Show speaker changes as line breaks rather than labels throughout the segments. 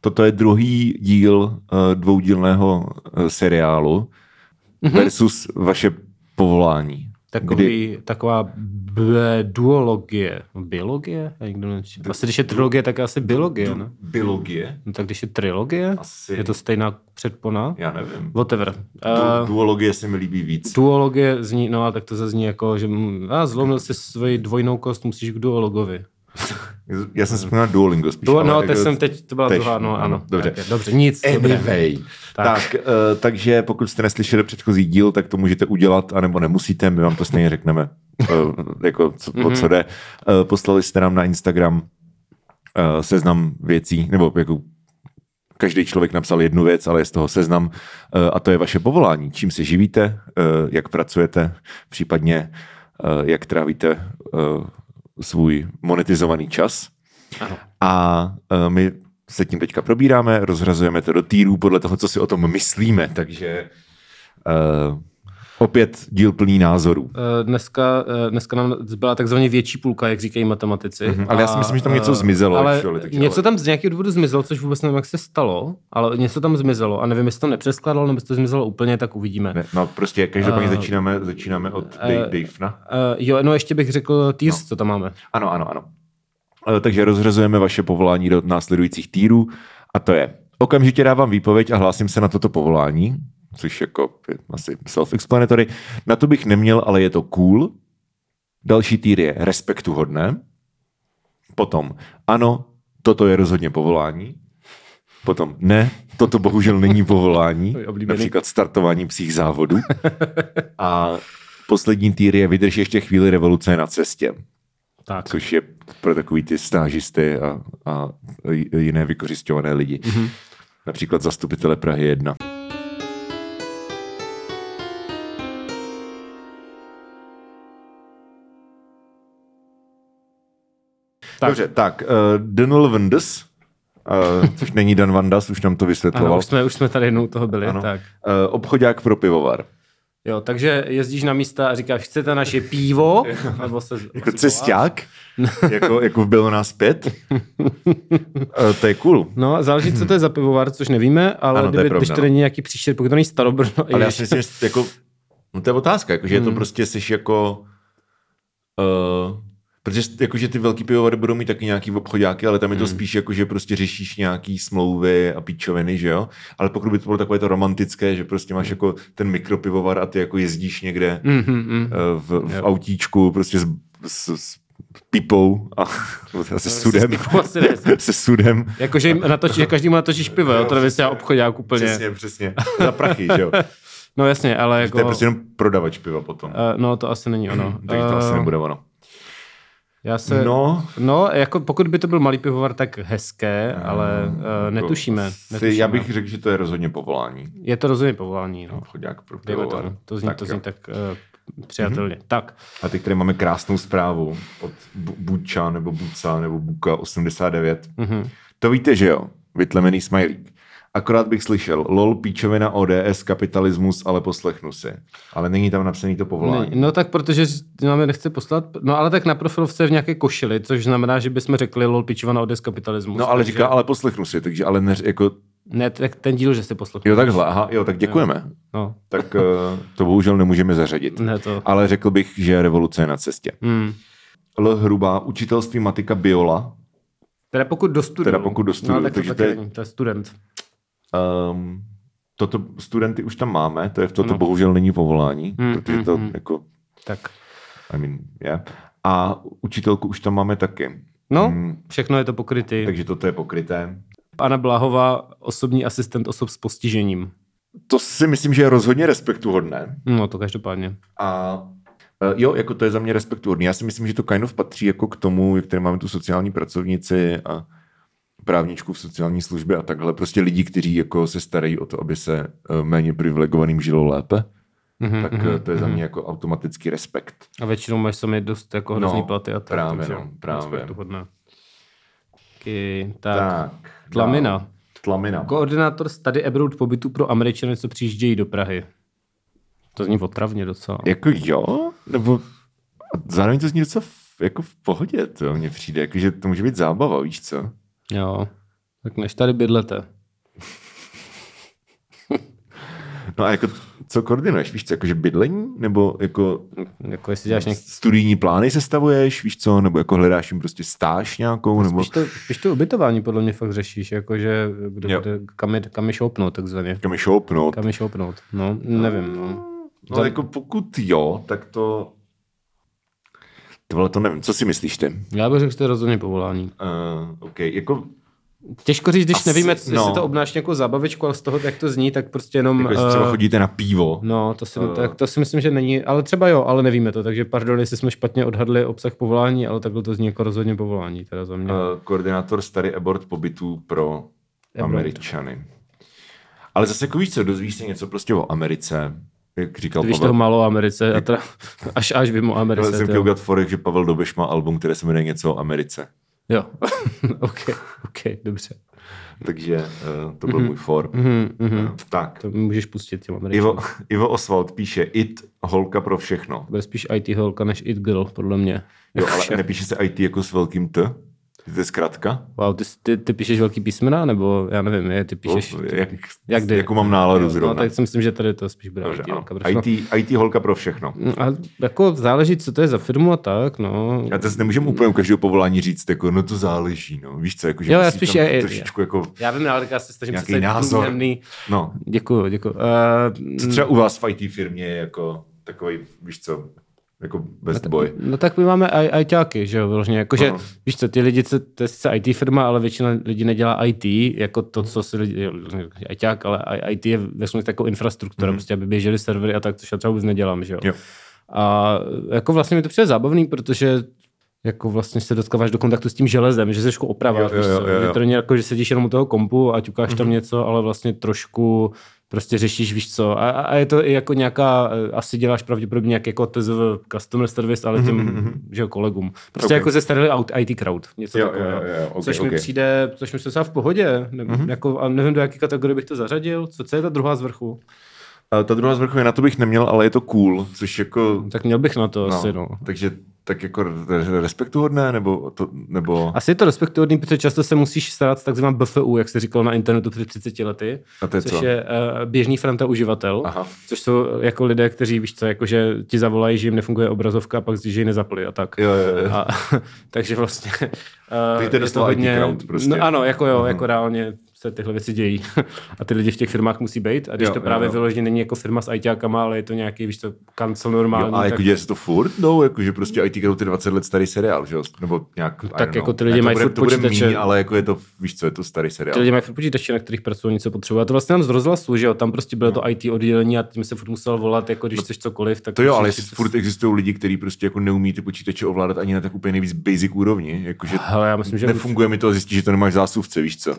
Toto je druhý díl eh, dvoudílného eh, seriálu versus vaše povolání.
Mhm. Takový, taková b- duologie. Biologie? Já nikdo nevím. Asi když je trilogie, tak je asi biologie, ne?
Biologie?
No tak když je trilogie,
Asi.
je to stejná předpona?
Já nevím.
Whatever.
Du-
Uh,
Duologie se mi líbí víc.
duologie zní, no a tak to zazní jako, že mm, a, zlomil jsi svoji dvojnou kost, musíš k duologovi.
Já jsem vzpomněl Duolingo spíš.
Du-
ale
no,
jako-
teď jsem teď, to byla
tež,
druhá, no ano.
Dobře.
Tak je, dobře, nic. Dobré.
Anyway. Tak. Tak, eh, takže pokud jste neslyšeli předchozí díl, tak to můžete udělat, anebo nemusíte, my vám to stejně řekneme, eh, jako co, o co jde. Eh, Poslali jste nám na Instagram eh, seznam věcí, nebo jako každý člověk napsal jednu věc, ale je z toho seznam eh, a to je vaše povolání. Čím se živíte, eh, jak pracujete, případně eh, jak trávíte eh, svůj monetizovaný čas. A eh, my se tím teďka probíráme, rozhrazujeme to do týrů podle toho, co si o tom myslíme, takže uh, opět díl plný názorů.
Eh, Dneska, eh, dneska nám byla takzvaně větší půlka, jak říkají matematici. Mm-hmm,
Mhm, ale já si myslím, že tam něco zmizelo,
Ale
actually, takže-
něco tam z nějakého důvodu zmizelo, což vůbec nevím, jak se stalo, ale něco tam zmizelo a nevím, jestli to nepřeskladalo, nebo jestli to zmizelo úplně, tak uvidíme.
Ne, no prostě každopádně
Eh,
začínáme, začínáme od Dave, Davena.
Uh, jo, no ještě bych řekl Tears, no. co tam máme.
Ano, ano, ano. Eh, Takže rozhrazujeme vaše povolání do následujících týrů a to je okamžitě dávám výpověď a hlásím se na toto povolání, což jako je asi self-explanatory. Na to bych neměl, ale je to cool. Další týr je respektuhodné. Potom ano, toto je rozhodně povolání. Potom ne, toto bohužel není povolání.
To je oblíbený.
Například startování psích závodů. A poslední týr je vydrž ještě chvíli revoluce je na cestě
Tak.
což je pro takový ty stážisty a, a j- jiné vykořišťované lidi. Mm-hmm.
Mhm.
Například zastupitele Prahy 1.
Tak.
Tak. Dobře, tak, uh, Donald Vendes, uh, což není Dan Vandas, už nám to
Ano,
vysvětloval,
už jsme, už jsme tady jednou u toho byli.
Ano.
Ano. Tak.
uh, obchodák pro pivovar. Jako
Jo, takže jezdíš na místa a říkáš, chcete naše pivo? Nebo se,
Jako cesták, jako, jako bylo nás pět. uh, to je cool.
No, záleží, co to je za pivovar, což nevíme, ale
Ano,
ano,
to je
kdyby, to když
pravda,
to
no.
není nějaký příšer, pokud to není starobrno,
Ale já
ježiš. Hmm.
si myslím, že jako, no to je otázka, jako, že je to prostě jsi jako, uh, protože jsi- jako, že ty velký pivovary budou mít taky nějaký obchodáky, ale tam je to
Hmm.
spíš jako, že prostě řešíš nějaký smlouvy a píčoviny, že jo? Ale pokud by to bylo takové to romantické, že prostě
Hmm.
máš jako ten mikropivovar a ty jako jezdíš někde
mm,
eh, v, v autíčku prostě s, s, s pipou a nebo teda se sudem,
pipou asi ne.
se sudem
Jakože jim natočí, každému natočíš pivo, jo, to nevím, já obchodák úplně.
Přesně, přesně. Za prachy, že jo?
No jasně, ale
To je
jako...
prostě jenom prodavač piva potom.
eh, No, to asi není ono.
Takže to asi
Eh,
nebude ono.
Já se... No.
No,
no, jako pokud by to byl malý pivovar, tak hezké, ale uh, netušíme. netušíme.
Jako Si, já bych řekl, že to je rozhodně povolání.
Je to rozhodně povolání, no.
Chodák pro
Dejme
pivovar.
tomu. To zní tak, to
jo. Mhm.
zní tak uh, přijatelně. Mm-hmm. Tak,
A teď tady máme krásnou zprávu od Bu- Buča nebo Buca nebo Buka 89.
Mhm.
Mm-hmm. To víte, že jo? Vytlemený smajlík. Akorát bych slyšel, lol, píčovina, ODS, kapitalismus, ale poslechnu si. Ale není tam napsaný to povolání.
no tak protože nám je nechce poslat, no ale tak na profilovce je v nějaké košili, což znamená, že bychom řekli lol pičovana odes kapitalismus.
No ale
takže-
říká, ale poslechnu si, takže ale neř, jako,
Ne, tak ten díl, že jsi poslouchal.
jo takhle, aha, jo, tak děkujeme.
No,
Tak eh, to bohužel nemůžeme zařadit.
ne to.
Ale řekl bych, že revoluce je na cestě.
Hmm.
L. Hrubá, učitelství matika Biola.
Teda pokud dostuduju.
Teda pokud dostuduju,
No, tak
takže
to,
to je-
taky není, to je student.
Um, toto studenty už tam máme, to je v toto no. bohužel není povolání,
Mm,
hmm, protože to
mm,
hmm.
mm.
jako,
Tak.
I mean, yeah. A učitelku už tam máme taky.
No,
Mm.
všechno je to pokrytý.
Takže toto je pokryté.
Anna Blahová, osobní asistent osob s postižením.
To si myslím, že je rozhodně respektuhodné.
No to každopádně.
A eh, jo, jako to je za mě respektuhodné. Já si myslím, že to kind of patří jako k tomu, jak tady máme tu sociální pracovnici a právničku v sociální službě a takhle. Prostě lidi, kteří jako se starají o to, aby se eh, méně privilegovaným žilo lépe.
Mhm,
tak eh, to je za mě jako automatický respekt.
A většinou máš sami dost jako hrozný
No,
platy a tak.
právě,
takže
no, právě.
respektuhodné. Okay, tak. tak.
Tak.
Tlamina. Jako-
dál. Tlamina.
Koordinátor study abroad pobytu pro Američany, co přijíždějí do Prahy. To zní otravně docela.
Jako jo, nebo a zároveň to zní docela v, jako v pohodě, to mně přijde, jako, že to může být zábava, víš co?
Jo. Tak než tady bydlete.
No a jako, co koordinuješ? Víš co, jakože bydlení? Nebo jako
Jako jestli děláš nějak...
studijní plány sestavuješ, víš co? Nebo jako hledáš jim prostě stáž nějakou? Nebo
Spíš to, spíš to ubytování podle mě fakt řešíš, jakože kde,
Jo.
kde, kam, je, kam je šoupnout takzvaně.
kam je šoupnout?
Kam je šoupnout, no, nevím, no.
No jako pokud jo, tak to... Tohle to nevím, co si myslíš ty?
Já bych řekl, že to je rozhodně povolání.
Uh, OK, jako
Hm, Těžko říct, když
Asi,
Asi, nevíme, jestli
no.
no. to obnáší nějakou zábavičku, ale z toho, jak to zní, tak prostě jenom...
Jako jestli třeba
eh,
chodíte na pivo.
No, to si,
Eh.
uh, tak, to si myslím, že není, ale třeba jo, ale nevíme to, takže pardon, jestli jsme špatně odhadli obsah povolání, ale takhle to zní jako rozhodně povolání, teda za mě. Uh,
Eh, Koordinátor starý abort pobytů pro
Abort.
Američany. Ale zase jako víš co, dozvíš se něco prostě o Americe, jak říkal
Víš toho
Pavel.
malo o Americe, a teda, až až mimo
Ale no,
Americe.
jsem
to
chtěl
jo.
udělat forek, že Pavel Dobeš má album, které se jmenuje něco o Americe.
jo. ok, ok, dobře.
Takže eh, to byl můj for.
Mm, mm,
Eh, Tak,
to můžeš pustit těm Američanům.
Ivo, Ivo Oswald píše It, holka pro všechno.
Bude spíš IT holka než IT girl, podle mě.
Jo, ale nepíše se IT jako s velkým T? To je zkrátka?
Wow, ty, ty, ty píšeš velký písmena, nebo já nevím, je, ty píšeš...
No, jak,
jak jde?
jakou mám náladu zrovna.
No, tak si myslím, že tady to spíš bude
Dobře,
IT
ano.
holka. protože-
IT, IT holka pro všechno.
A jako záleží, co to je za firmu a tak, no.
A to si nemůžeme úplně u každého povolání říct, jako, no to záleží, no. Víš co, jako, že
Jo, já
musí
spíš
tam
je- je-
trošičku jako,
Já vím, ale já se snažím
Nějaký
představit
názor.
průměrný-
no.
Děkuju, děkuju. Uh,
Co třeba u vás v IT firmě je jako takový, víš co, jako best boy.
No tak my máme aj, ajťáky, že jo, vyloženě. Jakože,
Ano.
víš co, ty lidi, co- to je sice IT firma, ale většina lidí nedělá IT, jako to, co si lidi, jo, ajťák, ale aj- IT je ve smyslu takovou infrastruktura, mm-hmm. prostě, aby běžely servery a tak, což já třeba vůbec nedělám, že jo.
Mhm. Jo.
A jako vlastně mi to přijde zábavný, protože jako vlastně se dostáváš do kontaktu s tím železem, že se trošku opraváš,
Jo, jo,
víš co,
jo, jo,
že
jo.
to není jako, že sedíš jenom u toho kompu a ťukáš mm-hmm.
Mhm.
tam něco, ale vlastně trošku prostě řešíš, víš co. A, a a je to i jako nějaká, eh, asi děláš pravděpodobně nějak jako TZV customer service, ale těm, že jo, kolegům. Prostě
Mhm, Ok.
jako ze starý aut- IT crowd, něco
Jo,
takového.
jo, jo, jo, ok,
což
ok. Mhm.
mi přijde, což mi se docela v pohodě, ne, jako, a nevím, do jaké kategorie bych to zařadil, co, co je ta druhá z vrchu.
A ta druhá z vrchu je, na to bych neměl, ale je to cool, což jako,
Tak měl bych na to no.
no,
asi, no.
takže tak jako re- respektuhodné, nebo to, nebo...
Asi je to respektuhodný, protože často se musíš starat s takzvaným BFU, jak se říkalo na internetu před 30 lety,
A to je
což
co?
je uh, běžný fronta uživatel,
Aha.
což jsou jako lidé, kteří víš co, jakože ti zavolají, že jim nefunguje obrazovka a pak zjistí, že ji nezapli a tak.
Jo, jo, jo.
A, takže vlastně... Uh,
Takže to je doslova IT crowd prostě.
No, ano, jako jo, jako reálně se tyhle věci dějí. a ty lidi v těch firmách musí být. A když
Jo,
to
jo,
právě
jo.
vyloženě není jako firma s ITákama, ale je to nějaký, víš to, kancel normální.
Jo, ale
tak-
jako děje se to furt, no, jako, že prostě IT Crowd je 20 let starý seriál, že jo? Nebo nějak, I
Tak
don't
jako
know.
ty lidi
Ne, to
mají
bude,
furt
to bude
počítače.
míň, ale jako je to, víš co, je to starý seriál.
Ty lidi mají furt počítače, na kterých pracují, něco potřebují. A to vlastně nám z rozhlasu, že jo, tam prostě bylo
No.
to IT oddělení a tím se furt musel volat, jako když chceš cokoliv. Tak
To jo, ale
musíš
jestli
si-
furt existují lidi, kteří prostě jako neumí ty počítače ovládat ani na tak úplně nejvíc basic úrovni, jakože
Hele, já myslím, že
nefunguje mi to a zjistí, že to nemáš v zásuvce, víš co?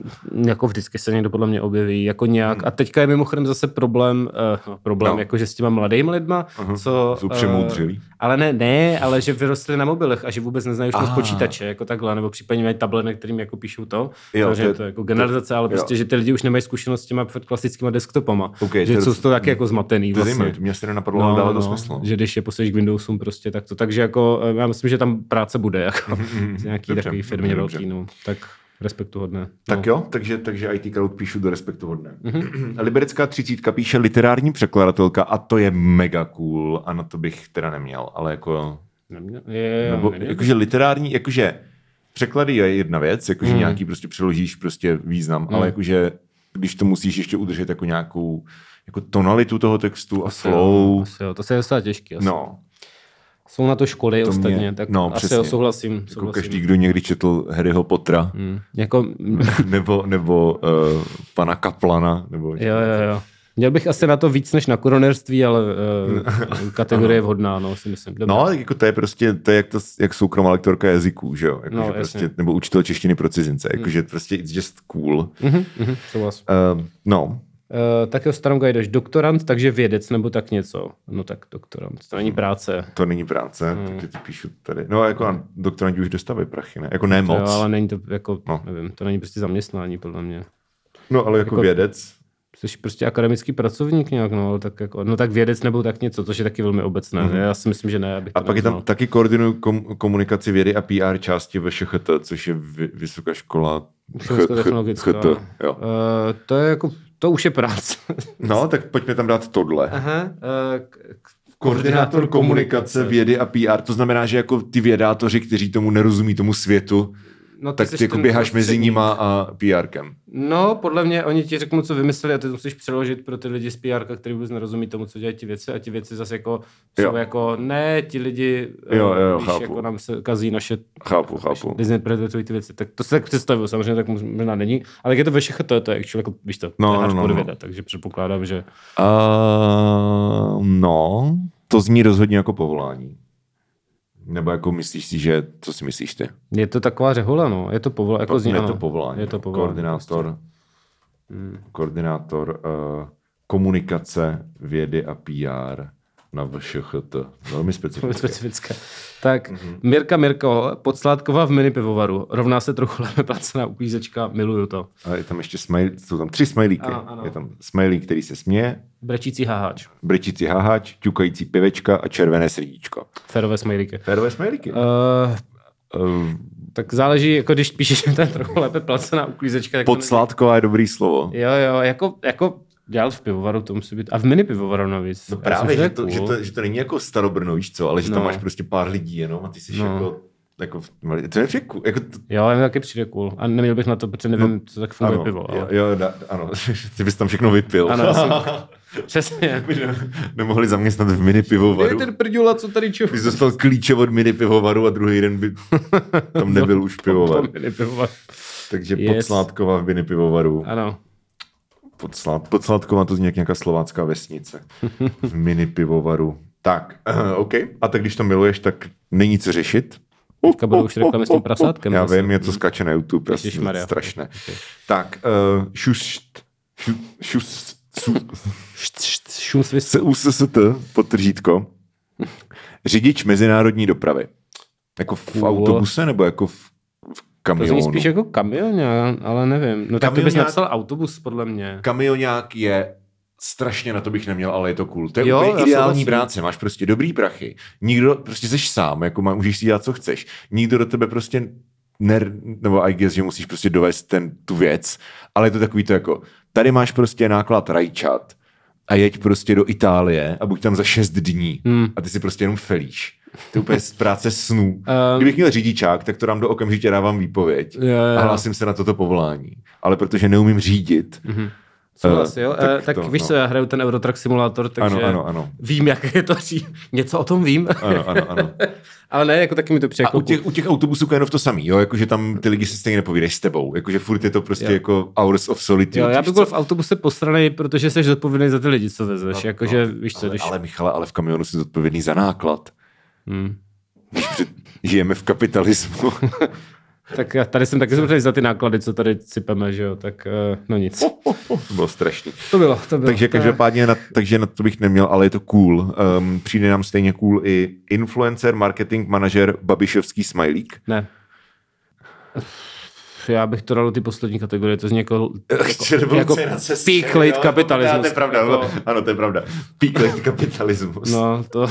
jako vždycky se někdo podle mě objeví, jako nějak. A teďka je mimochodem zase problém, uh, problém
Hmm. No.
no. jakože s těma mladými lidma, uh-huh. co...
Jsou
eh,
přemoudřilí.
ale ne, ne, ale že vyrostli na mobilech a že vůbec neznají už moc
Ah.
počítače, jako takhle, nebo případně mají tablet, na kterým jako píšou to.
Jo,
Takže
to je-
to, je jako generalizace, ale
jo.
prostě, že ty lidi už nemají zkušenost s těma fakt klasickýma desktopama.
Ok, to je
že jsou
doc-
z toho taky jako zmatený.
To je
vlastně. no,
zajímavé, to mě asi nenapadlo, ale No, dává to smysl.
Že když je posadíš k Windowsům prostě tak to. Takže jako, eh, já myslím, že tam práce bude, jako z nějaký
Mhm, Dobře,
takový firmě
dobře.
velký, no. Tak respektuhodné. No,
Tak jo, takže, takže IT Crowd píšu do respektu hodné.
Mhm.
Liberecká třicítka píše literární překladatelka a to je mega cool a na to bych teda neměl, ale jako
Neměl, je, jo,
Nebo jako
neměl.
jakože literární, jakože překlady je jedna věc,
Hmm.
jakože nějaký prostě přeložíš prostě význam, ale jakože když to musíš ještě udržet jako nějakou jako tonalitu toho textu a flow.
Asi jo, to se je docela těžký. Asi.
No,
Jsou na to školy to ostatně,
mě-
tak
no,
no, asi
přesně.
jo, souhlasím.
jako
souhlasím.
každý, kdo někdy četl Harryho Pottera,
Hmm. Jako,
nebo, nebo uh, pana Kaplana, nebo
jo, jo, jo. Měl bych asi na to víc než na koronerství, ale uh, kategorie je vhodná, no, si myslím. Dobrý.
No, ale jako to je prostě, to je jak, to, jak soukromá lektorka jazyků, že jo? Jako,
No,
že
jasně. Hmm.
prostě, nebo učitel češtiny pro cizince, jakože prostě it's just cool.
Mhm, mhm, souhlas.
Um, no,
Eh, tak jo, starom jdeš doktorant, takže vědec nebo tak něco. No tak doktorant, to není práce.
to není práce, hmm. takže to píšu tady. No jako a doktoranti už dostávají prachy, ne? Jako ne
To Jo,
moc.
ale není to jako,
No.
no. nevím, to není prostě zaměstnání podle mě.
No ale jako,
jako-
vědec.
Jsi prostě akademický pracovník nějak, no, ale tak jako, no tak vědec nebo tak něco, což je taky velmi obecné.
Mhm.
Mm-hmm. Já si myslím, že ne. Abych
A
to
pak je tam
neuznal.
taky koordinuju kom- komunikaci vědy a PR části ve ŠHT, což je vy- vysoká škola
Chemicko-technologická.
ch- ch- jo.
Eh, to je jako, to už je práce.
No, tak pojďme tam dát tohle.
Aha, eh, k- k-
Koordinátor komunikace vědy a PR, to znamená, že jako ty vědátoři, kteří tomu nerozumí, tomu světu,
No, ty
tak
seš
ty jako
ten
běháš mezi
prostředník.
nima a PRkem.
No, podle mě oni ti řeknou, co vymysleli a ty to musíš přeložit pro ty lidi z PR, kteří vůbec nerozumí tomu, co dělají ti věci a ti věci zase jako jsou
Jo.
jako ne, ti lidi, eh,
Jo, jo,
když
chápu.
jako nám se kazí naše
Chápu,
když
chápu.
dezinterpretují ty věci. Tak to se tak představuju, samozřejmě tak možná není, ale jak je to ve všech, to je to, jak člověk, víš to,
No, no,
to je
no,
hardcore
no.
věda, takže předpokládám, že
Uh, no, to zní rozhodně jako povolání. Nebo jako myslíš si, že, co si myslíš ty?
je to taková řehole, no, je to povolání, jako zní,
je
ano.
to povolání.
Je to povolání.
Koordinátor,
Hmm.
koordinátor uh, komunikace, vědy a PR na VŠHT. Velmi
Velmi
specifické.
specifické. Tak,
Mhm.
mm-hmm. Mirka Mirko, podsládková v mini pivovaru. Rovná se trochu lépe placená uklízečka, miluju to.
A je tam ještě smajl, jsou tam tři smajlíky.
Ano, ano.
Je tam smajlík, který se směje,
Brečící haháč.
brečící haháč, ťukající pivečka a červené srdíčko. Eh,
Ferové smajlíky.
Férové smajlíky.
Uh,
Uh,
tak záleží, jako když píšeš, že to je trochu lépe placená uklízečka. Tak to
Podsládková je dobrý slovo.
ne- Jo, jo, jako, jako dělat v pivovaru, to musí být. A v mini pivovaru navíc.
No
Já
právě,
jsem si
že
řekl,
to, že, to, že to není jako starobrno, víš co, ale že tam
No.
máš prostě pár lidí jenom a ty jsi
No.
jako, jako v, to je všechno, jako to,
Jo, mi taky přijde cool. A neměl bych na to, protože nevím, co tak funguje
No, ano,
pivo.
jo,
Ale...
jo, da, ano, ty bys tam všechno vypil.
Ano, já jsem... Přesně.
By ne- Nemohli zaměstnat v mini pivovaru.
prdula, co tady čo?
Ty jsi dostal klíče od mini pivovaru a druhý den by tam nebyl už pivovar.
Mini pivovar.
Takže
No. Yes.
podsládková v mini pivovaru.
Ano.
Podslad, podsládková to zní jak nějaká slovácká vesnice. V mini pivovaru. Tak, OK. A tak když to miluješ, tak není co řešit.
Teďka budou už reklamy s tím prasátkem.
Já
zase.
vím, je to skáče na YouTube,
Mm. Ježišmarja.
je strašné. Tak, uh, šušt, šu, šus, su-
Št, št, Šum svis.
s- USST, potržítko, řidič mezinárodní dopravy. Jako v
Cool.
autobuse nebo jako v, v
To zní
kamionu?
spíš jako kamion, já- ale nevím. No tak to bys
Kamionák-
napsal autobus, podle mě.
Kamionák je strašně na to bych neměl, ale je to cool. To je
Jo,
jo,
já
úplně ideální
souhlasím.
práce, máš prostě dobrý prachy. Nikdo, prostě jsi sám, jako má, můžeš si dělat, co chceš. Nikdo do tebe prostě ner, nebo I guess, že musíš prostě dovést ten, tu věc, ale je to takový to jako, tady máš prostě náklad rajčat a jeď prostě do Itálie a buď tam za šest dní
Hmm.
a ty si prostě jenom felíš. To je úplně z práce snů.
Ehm.
Kdybych měl řidičák, tak to dám do okamžitě dávám výpověď
Jo, jo, jo.
a hlásím se na toto povolání. Ale protože neumím řídit,
Souhlas, jo?
Mhm.
Eh,
tak
Tak, tak
to,
to, víš
no.
co, já hraju ten Eurotrack simulátor, takže
Ano, ano, ano.
vím, jak je to říct. Něco o tom vím,
Ano, ano, ano.
ale ne, jako taky mi to přijde.
A
jako
u těch, u těch autobusů je to samý, jo, jakože tam ty lidi si stejně nepovídají s tebou, jakože furt je to prostě jo.
Jo.
jako hours of solitude.
Jo, já
víš co?
bych byl v autobuse posranej, protože jsi zodpovědný za ty lidi, co vezeš. No, Jakože, no, víš co,
ale,
když...
ale Michale, ale v kamionu jsi zodpovědný za náklad.
Hmm.
Když před- Žijeme v kapitalismu.
Tak já tady jsem taky zodpovědný za ty náklady, co tady cipeme, že jo, tak eh, no nic.
to bylo strašný.
To bylo, No, to bylo.
Takže
to je-
každopádně, na, takže na to bych neměl, ale je to cool. Um, přijde nám stejně cool i influencer, marketing manažer, babišovský smajlík.
Ne. Já bych to dal do ty poslední kategorie, to zní jako, jako, jako peak late
To je
kapitalismus.
pravda,
Jako,
jako... ano, to je pravda. Peak late kapitalismus.
no, to,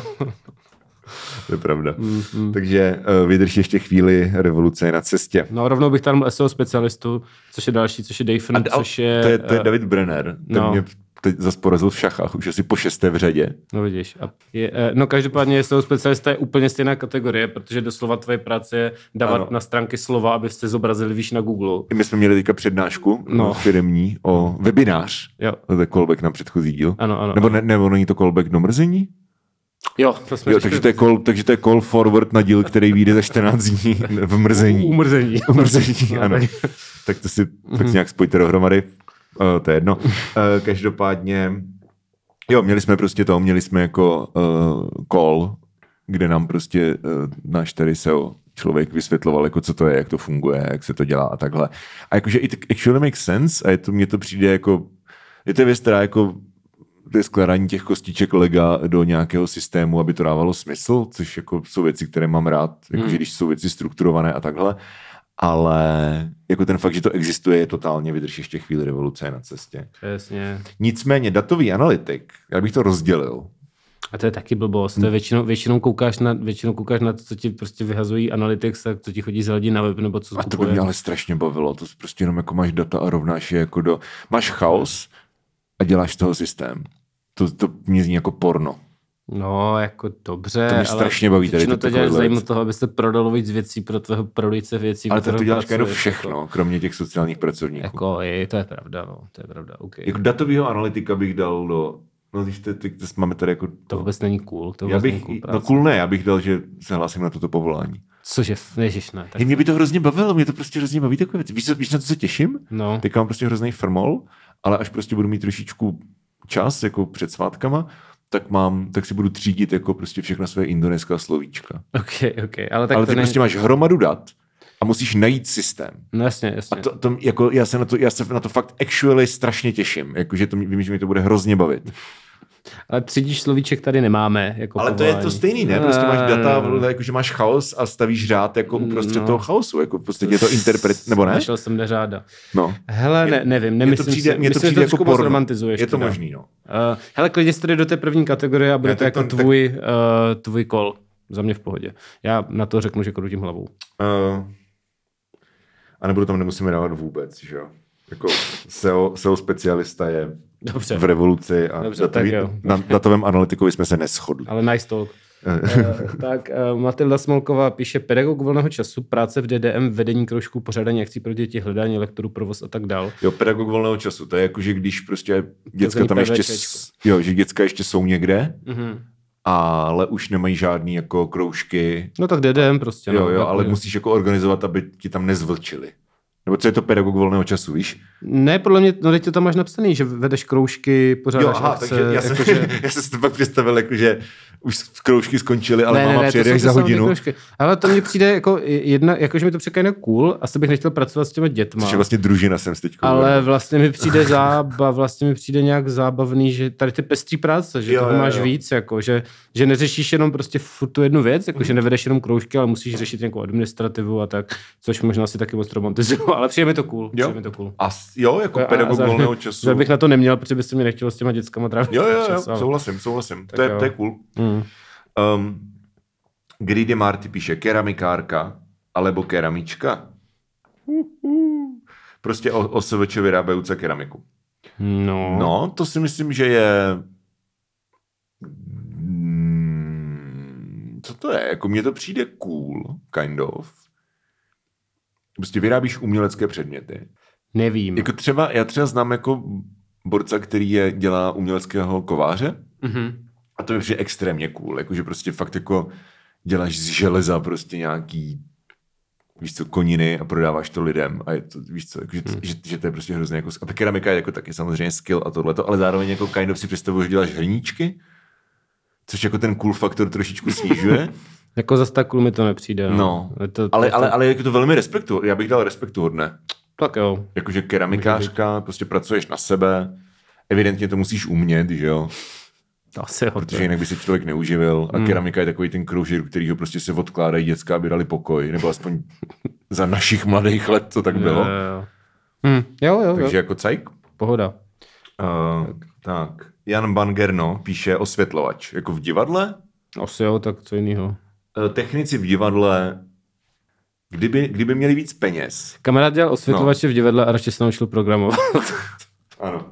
To je pravda. Mm-hmm. Takže eh, vydrž ještě chvíli, revoluce je na cestě.
no, rovnou bych tam byl SEO specialistu, což je další, což je Dayfen,
A- a-
což je...
to, je, to je
eh,
David Brenner, ten no.
no.
mě teď zase porazil v šachách, už asi po šesté v řadě.
No vidíš. A je, eh, no každopádně SEO specialista je úplně stejná kategorie, protože doslova tvoje práce je dávat
Ano.
ano. na stránky slova, abyste zobrazili výš na Google.
My jsme měli teďka přednášku no.
No.
firmní o webinář.
Jo.
To je callback na předchozí díl.
Ano, ano.
Nebo, ne, nebo není to callback do mrzení?
Jo, to jsme
Jo, takže,
řešili
to je call, takže to je call forward na díl, který vyjde za 14 dní v mrzení.
umrzení.
Umrzení, ano.
tak-
Tak to si tak si nějak spojte dohromady. Uh, to je jedno. Uh, každopádně, jo, měli jsme prostě to, měli jsme jako uh, call, kde nám prostě uh, náš tady SEO člověk vysvětloval, jako co to je, jak to funguje, jak se to dělá a takhle. A jakože it actually makes sense a je to, mně to přijde jako, je to věc, která jako to je skládání těch kostiček lega do nějakého systému, aby to jako dávalo smysl, což jako jsou věci, které mám rád, jakože když jsou věci strukturované a takhle. ale jako ten fakt, že to existuje, je totálně vydrž ještě chvíli revoluce je na cestě.
Přesně.
Nicméně datový analytik, já bych to rozdělil.
A to je taky blbost.
Hmm.
To je většinou, většinou, koukáš na, většinou koukáš na to, co ti prostě vyhazují analytics, tak co ti chodí z hledí na web, nebo co
A to by
skupuje.
mě ale strašně bavilo. To prostě jenom jako máš data a rovnáš je jako do... Máš chaos a děláš z toho systém. To, to mě zní jako porno.
No, jako dobře.
To mě
ale
strašně baví tady
většinou
ty
to děláš
takovéhle
zájmu
věci.
toho, abyste prodal víc věcí pro tvého prodejce věcí.
Ale
pro
tak to
kterého
děláš jenom
pracuješ, jako.
všechno, kromě těch sociálních pracovníků. Jako,
Jako, je, to je pravda, no, to je pravda, OK.
jako datového analytika bych dal do... No, když te, te, te, máme tady jako...
To vůbec není cool, to vůbec
já
není
bych,
cool
no
práce.
cool ne, já bych dal, že se hlásím na toto povolání.
Cože, ježiš, ne, tak,
Hej, mě by to hrozně bavilo, mě to prostě hrozně baví takové věci. Víš, co- víš na co se těším?
no,
Teď mám prostě hrozný firmol, ale až prostě budu mít trošičku čas, jako před svátkama, tak mám, tak si budu třídit jako prostě všechna své indonéská slovíčka.
OK, OK, ale tak
Tak ale
to
ty
ne...
prostě máš hromadu dat a musíš najít systém.
No jasně, jasně.
A to, to, jako, já, se na to, já se na to fakt actually strašně těším. Jakože to, mě- vím, že mi to bude hrozně bavit.
Ale třídíš slovíček tady nemáme. Jako
Ale to je to
povolání.
stejný, ne? Prostě máš data,
No.
jakože máš chaos a stavíš řád jako uprostřed
No.
no. toho chaosu. Jako v podstatě je to interpret, nebo ne?
Našel jsem neřáda.
No.
Hele, ne, nevím, nemyslím
mně to přijde,
si.
mně to
Myslím, že
přijde jako
trošku moc
porno.
romantizuješ.
Je to
teda.
možný, no.
Uh, hele, klidně jste do té první kategorie a bude
Ne,
to
tak
jako
to- tak-
tvůj, uh, tvůj kol. Za mě v pohodě. Já na to řeknu, že krutím hlavou.
Uh, a nebo tam nemusíme dávat vůbec, že jo? Jako SEO, SEO specialista je
Dobře.
v revoluci a
Dobře,
Dobře, datový,
tak jo.
na datovém analytikovi jsme se neschodli.
Ale nice talk. Eh, tak eh, Matilda Smolková píše pedagog volného času, práce v DDM, vedení kroužků, pořádání akcí pro děti, hledání lektorů, provoz a tak dál.
Jo, pedagog volného času, to je jako, že když prostě děcka
zní
tam ještě,
PVČčko.
s- jo, že děcka ještě jsou někde,
Mhm.
ale už nemají žádný jako kroužky,
No tak DDM prostě.
jo,
no,
jo,
tak,
ale musíš jako organizovat, aby ti tam nezvlčili. Nebo co je to pedagog volného času, víš?
Ne, podle mě, no teď to tam máš napsaný, že vedeš kroužky, pořádáš
Jo, aha,
akce,
takže já jsem,
jakože...
já jsem si to pak představil, jako, že už kroužky skončily, ale
ne,
máma
ne, ne, to
přijede
jsou
až
ty
za
samé
hodinu.
kroužky. Ale to mně přijde jako jedna, jakože mi to překajne cool, asi bych nechtěl pracovat s těma dětma.
Což je vlastně družina jsem si teď
Ale vlastně mi přijde zába, vlastně mi přijde nějak zábavný, že tady ty pestrý práce, že
Jo,
jo, toho
jo,
máš
jo.
víc, jako, že, že neřešíš jenom prostě furt tu jednu věc, jako,
Mhm.
že nevedeš jenom kroužky, ale musíš řešit nějakou administrativu a tak, což možná si taky moc romantizuju, ale přijde mi to cool. Přijde mi to cool.
A s- jo, jako
A- a
pedagog
zároveň-
volného času.
zároveň bych na to neměl, protože by se mi nechtělo s těma dětskama trávit
Jo, jo, jo,
čas, ale-
souhlasím, souhlasím. To je,
jo.
to je cool.
Mm.
Um, Greedy Marty píše keramikárka alebo keramička. Uhu. Prostě o- OSVČ vyrábějící keramiku.
No.
No, to si myslím, že je... Mm, Co to je? Jako mně to přijde cool, kind of. Prostě vyrábíš umělecké předměty.
Nevím.
Jako třeba, já třeba znám jako borca, který je, dělá uměleckého kováře
Mhm.
a to je přijde extrémně cool, jakože prostě fakt jako děláš z železa prostě nějaký víš co, koniny a prodáváš to lidem a je to, víš co, jakože, hmm. že, že, to je prostě hrozně jako, a ta keramika je jako taky samozřejmě skill a tohleto, ale zároveň jako kind of si představuju, že děláš hrníčky, což jako ten cool faktor trošičku snižuje,
Jako zas tak cool mi to nepřijde. No.
No.
Je To,
ale,
to,
ale, ale jako to velmi respektu, já bych dal respektuhodné.
Tak jo.
Jakože keramikářka, prostě pracuješ na sebe, evidentně to musíš umět, že jo,
Asi jo.
protože jinak by se člověk neuživil a keramika je takový ten kroužek, který ho prostě se odkládají děcka, aby dali pokoj, nebo aspoň za našich mladých let to tak bylo.
Jo, jo, jo. Hm. jo, jo,
Takže
jo.
jako cajk.
Pohoda.
Uh, tak. Jan Bangerno píše osvětlovač. Jako v divadle?
Asi jo, tak co jiného.
Eh, Technici v divadle, kdyby, kdyby měli víc peněz.
Kamarád dělal osvětlovače no. v divadle a radši se naučil programovat.
Ano.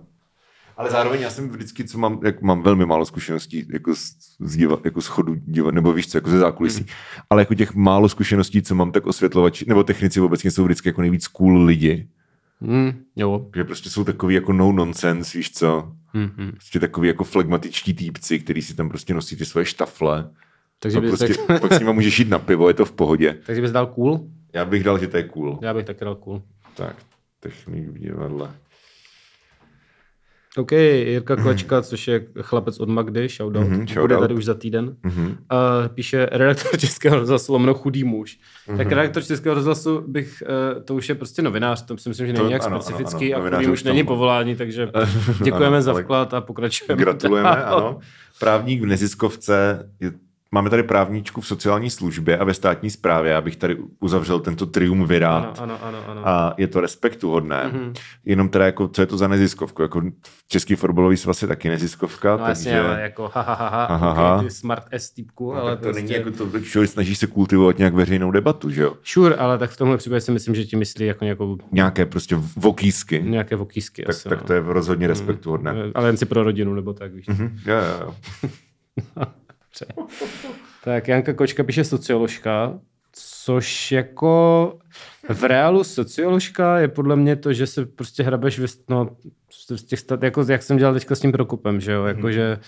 Ale zároveň já jsem vždycky, co mám, jak mám velmi málo zkušeností jako z, z diva, jako z chodu diva, nebo víš co, jako ze zákulisí. Mm. Ale jako těch málo zkušeností, co mám, tak osvětlovači, nebo technici obecně jsou vždycky jako nejvíc cool lidi.
hm. Jo.
Že prostě jsou takový jako no nonsense, víš co.
Hm, hm.
Prostě takový jako flegmatičtí týpci, který si tam prostě nosí ty svoje štafle.
Takže,
Pak,
bys
prostě,
tak,
pak s nima můžeš jít na pivo, je to v pohodě.
takže bys dal cool?
Já bych dal, že to je cool.
Já bych taky dal cool.
Tak, technik v divadle.
OK, Jirka Klečka, což je chlapec od Magdy, shoutout,
Mhm,
mm-hmm, bude
shoutout.
tady už za týden.
Mhm.
Uh, píše redaktor Českého rozhlasu lomno chudý muž. Mm-hmm.
Mhm.
Tak redaktor Českého rozhlasu bych, uh, to už je prostě novinář, to si myslím, že není
To-
nějak
ano, ano, ano,
specifický a
novináře
chudý muž
už tam
není
má.
povolání, takže děkujeme
Ano,
za
ale-
vklad a pokračujeme.
Gratulujeme,
dál.
ano. Právník v neziskovce je máme tady právníčku v sociální službě a ve státní správě, abych tady uzavřel tento triumvirát.
Ano, Mhm. ano, ano, ano.
A je to respektuhodné. Mm-hmm. Jenom teda jako, co je to za neziskovku? Jako Český fotbalový svaz je taky neziskovka,
No
takže...
jasně, ale jako ha, ha, ha, ha,
Aha,
okay,
ha.
ty smart S typku,
No,
ale
tak to
prostě...
není jako to, člověk snaží se kultivovat nějak veřejnou debatu, že jo?
Sure, ale tak v tomhle případě si myslím, že ti myslí jako nějakou,
Nějaké prostě vokýsky.
nějaké vokýsky.
tak,
asi,
tak
no. Eh,
to Mhm. je rozhodně respektuhodné. Mm.
Ale jen si pro rodinu, nebo tak, víš.
Jo, jo, jo.
Tak Janka Kočka píše socioložka, což jako v reálu socioložka je podle mě to, že se prostě hrabeš ve, no, z těch stat, jako jak jsem dělal teďka s tím Prokopem, že jo,
Mhm.
jako že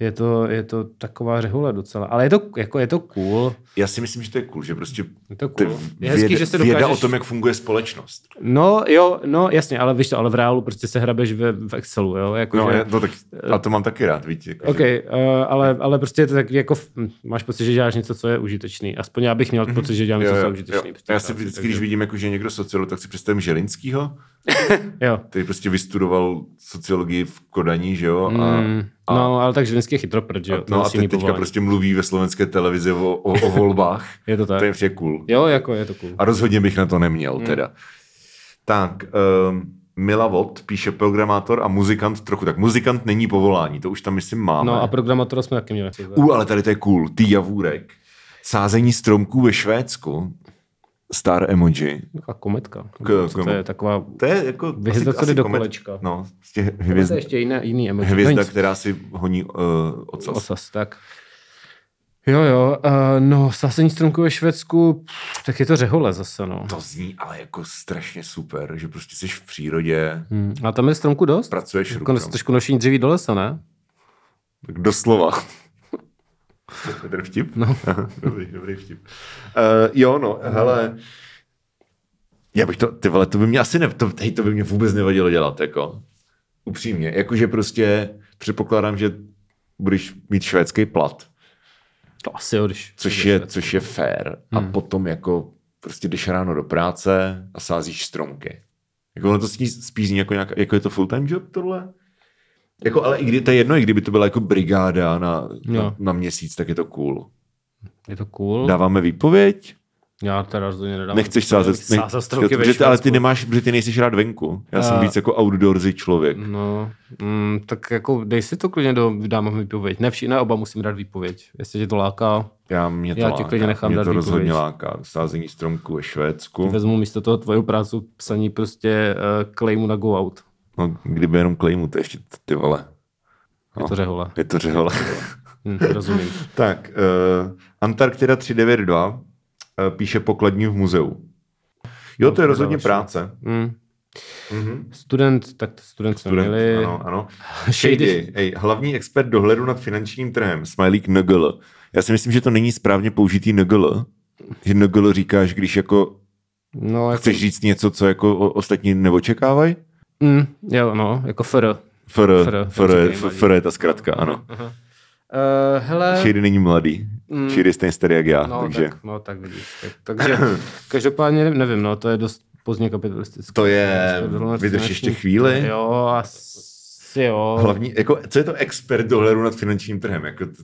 je to, je to taková řehule docela, ale je to, jako je to cool.
Já si myslím, že to je cool, že prostě
Je to
ty
cool. Je hezký, že se
věda o
dokážeš-
tom, jak funguje společnost.
No jo, no jasně, ale víš to, ale v reálu prostě se hrabeš ve, v Excelu, jo, jako
No,
že...
je, no tak, a to mám taky rád, víte. Jako,
OK,
že-
uh, ale, ale prostě je to tak jako, f- hm, máš pocit, že děláš něco, co je užitečný. Aspoň já bych měl
Mhm.
pocit, že dělám něco, co je užitečný. při té
Já si
práci,
vždycky,
takže-
když vidím, jako, že je někdo sociolog, tak si představím Želinskýho,
Jo.
který prostě vystudoval sociologii v Kodani, že jo? A,
Mm,
a-
no, ale tak ženský je chytroprd, že jo? to je
no a
asi
teď
jiný
teďka
povolání.
prostě mluví ve slovenské televizi o, o, o volbách.
Je to tak.
To je vše cool.
Jo, jako je Mm. to cool.
A rozhodně bych na to neměl teda. Tak, um, Mila Vod píše programátor a muzikant trochu. Tak muzikant není povolání, to už tam myslím máme.
No a programátora jsme taky měli.
U, ale tady to je cool, ty javůrek. Sázení stromků ve Švédsku. Star emoji.
A kometka.
K-
Co to je taková...
To je jako...
Vyhvězdat se do
komet-
kolečka.
No, z těch
Hvězda.
hvězd,
To je ještě jiné, jiný emoji.
hvězda,
No nic.
která si honí uh, ocas.
Osas, tak. Jo, jo, uh, no, sasení stromku ve Švédsku, pff, tak je to řehole zase, no.
To zní ale jako strašně super, že prostě jsi v přírodě,
Hmm. A tam je stromku dost?
pracuješ
Konec
rukama.
trošku nošení dříví do lesa, ne?
Tak doslova. To je ten vtip?
No.
dobrý, dobrý vtip. Uh, jo, no, hele. Já bych to, ty vole, to by mě asi ne, to, hej, to by mě vůbec nevadilo dělat, jako. Upřímně, jakože prostě předpokládám, že budeš mít švédský plat,
To asi jo, když...
což je, což je fair. A
Hmm.
potom jako prostě jdeš ráno do práce a sázíš stromky. Jako ono to sní, spíš zní jako, nějak, jako je to full-time job tohle? Jako, ale i kdy, to je jedno, i kdyby to byla jako brigáda na,
Jo.
na, na měsíc, tak je to cool.
Je to cool.
Dáváme výpověď?
Já teda rozhodně nedám.
Nechceš sázet,
Nech... Sázet stromky ve
protože, ty- ale ty
Švédsku.
nemáš, protože ty nejsi rád venku. Já jsem
A-
víc jako outdoorsy člověk.
No, mm, tak jako dej si to klidně do dám výpověď. Ne, vši, ne oba musím dát výpověď. Jestli tě to láká,
Já mě to,
Já tě
láká,
klidně nechám
mě
dát
to rozhodně
výpověď.
láká. Sázení stromku ve Švédsku.
vezmu místo toho tvoju práci psaní prostě uh, claimu na go out.
No, kdyby jenom klejmu, to ještě ty vole.
Je to řehole.
Je to řehole.
Hm, rozumím.
tak, uh, Antarktida 392 uh, píše pokladní v muzeu. Jo, to je rozhodně
další. Mhm.
práce.
Mm. Student, tak student jsme
Student,
měli.
ano, ano.
Shady.
Shady, ej, hlavní expert dohledu nad finančním trhem, smajlík Nogl. Já si myslím, že to není správně použitý Nogl. Že Nogl říkáš, když jako
No, jako,
chceš říct něco, co jako o- ostatní neočekávají?
mm, jo, no, jako fr. Uh,
FR,
FR,
FR,
jak
je-
říkají
FR je ta zkratka, ano.
Uh, hele,
Shady není mladý.
Mm.
Shady je stejně starý jak já,
no,
takže...
tak, no, tak vidíš. Tak, takže každopádně nevím, no, to je dost pozdně kapitalistické.
To je...
Jsme dohledat
Vydrž
finanční-
ještě chvíli.
Jo, asi jo.
Hlavní, jako, co je to expert dohledu nad finančním trhem? Jako, to,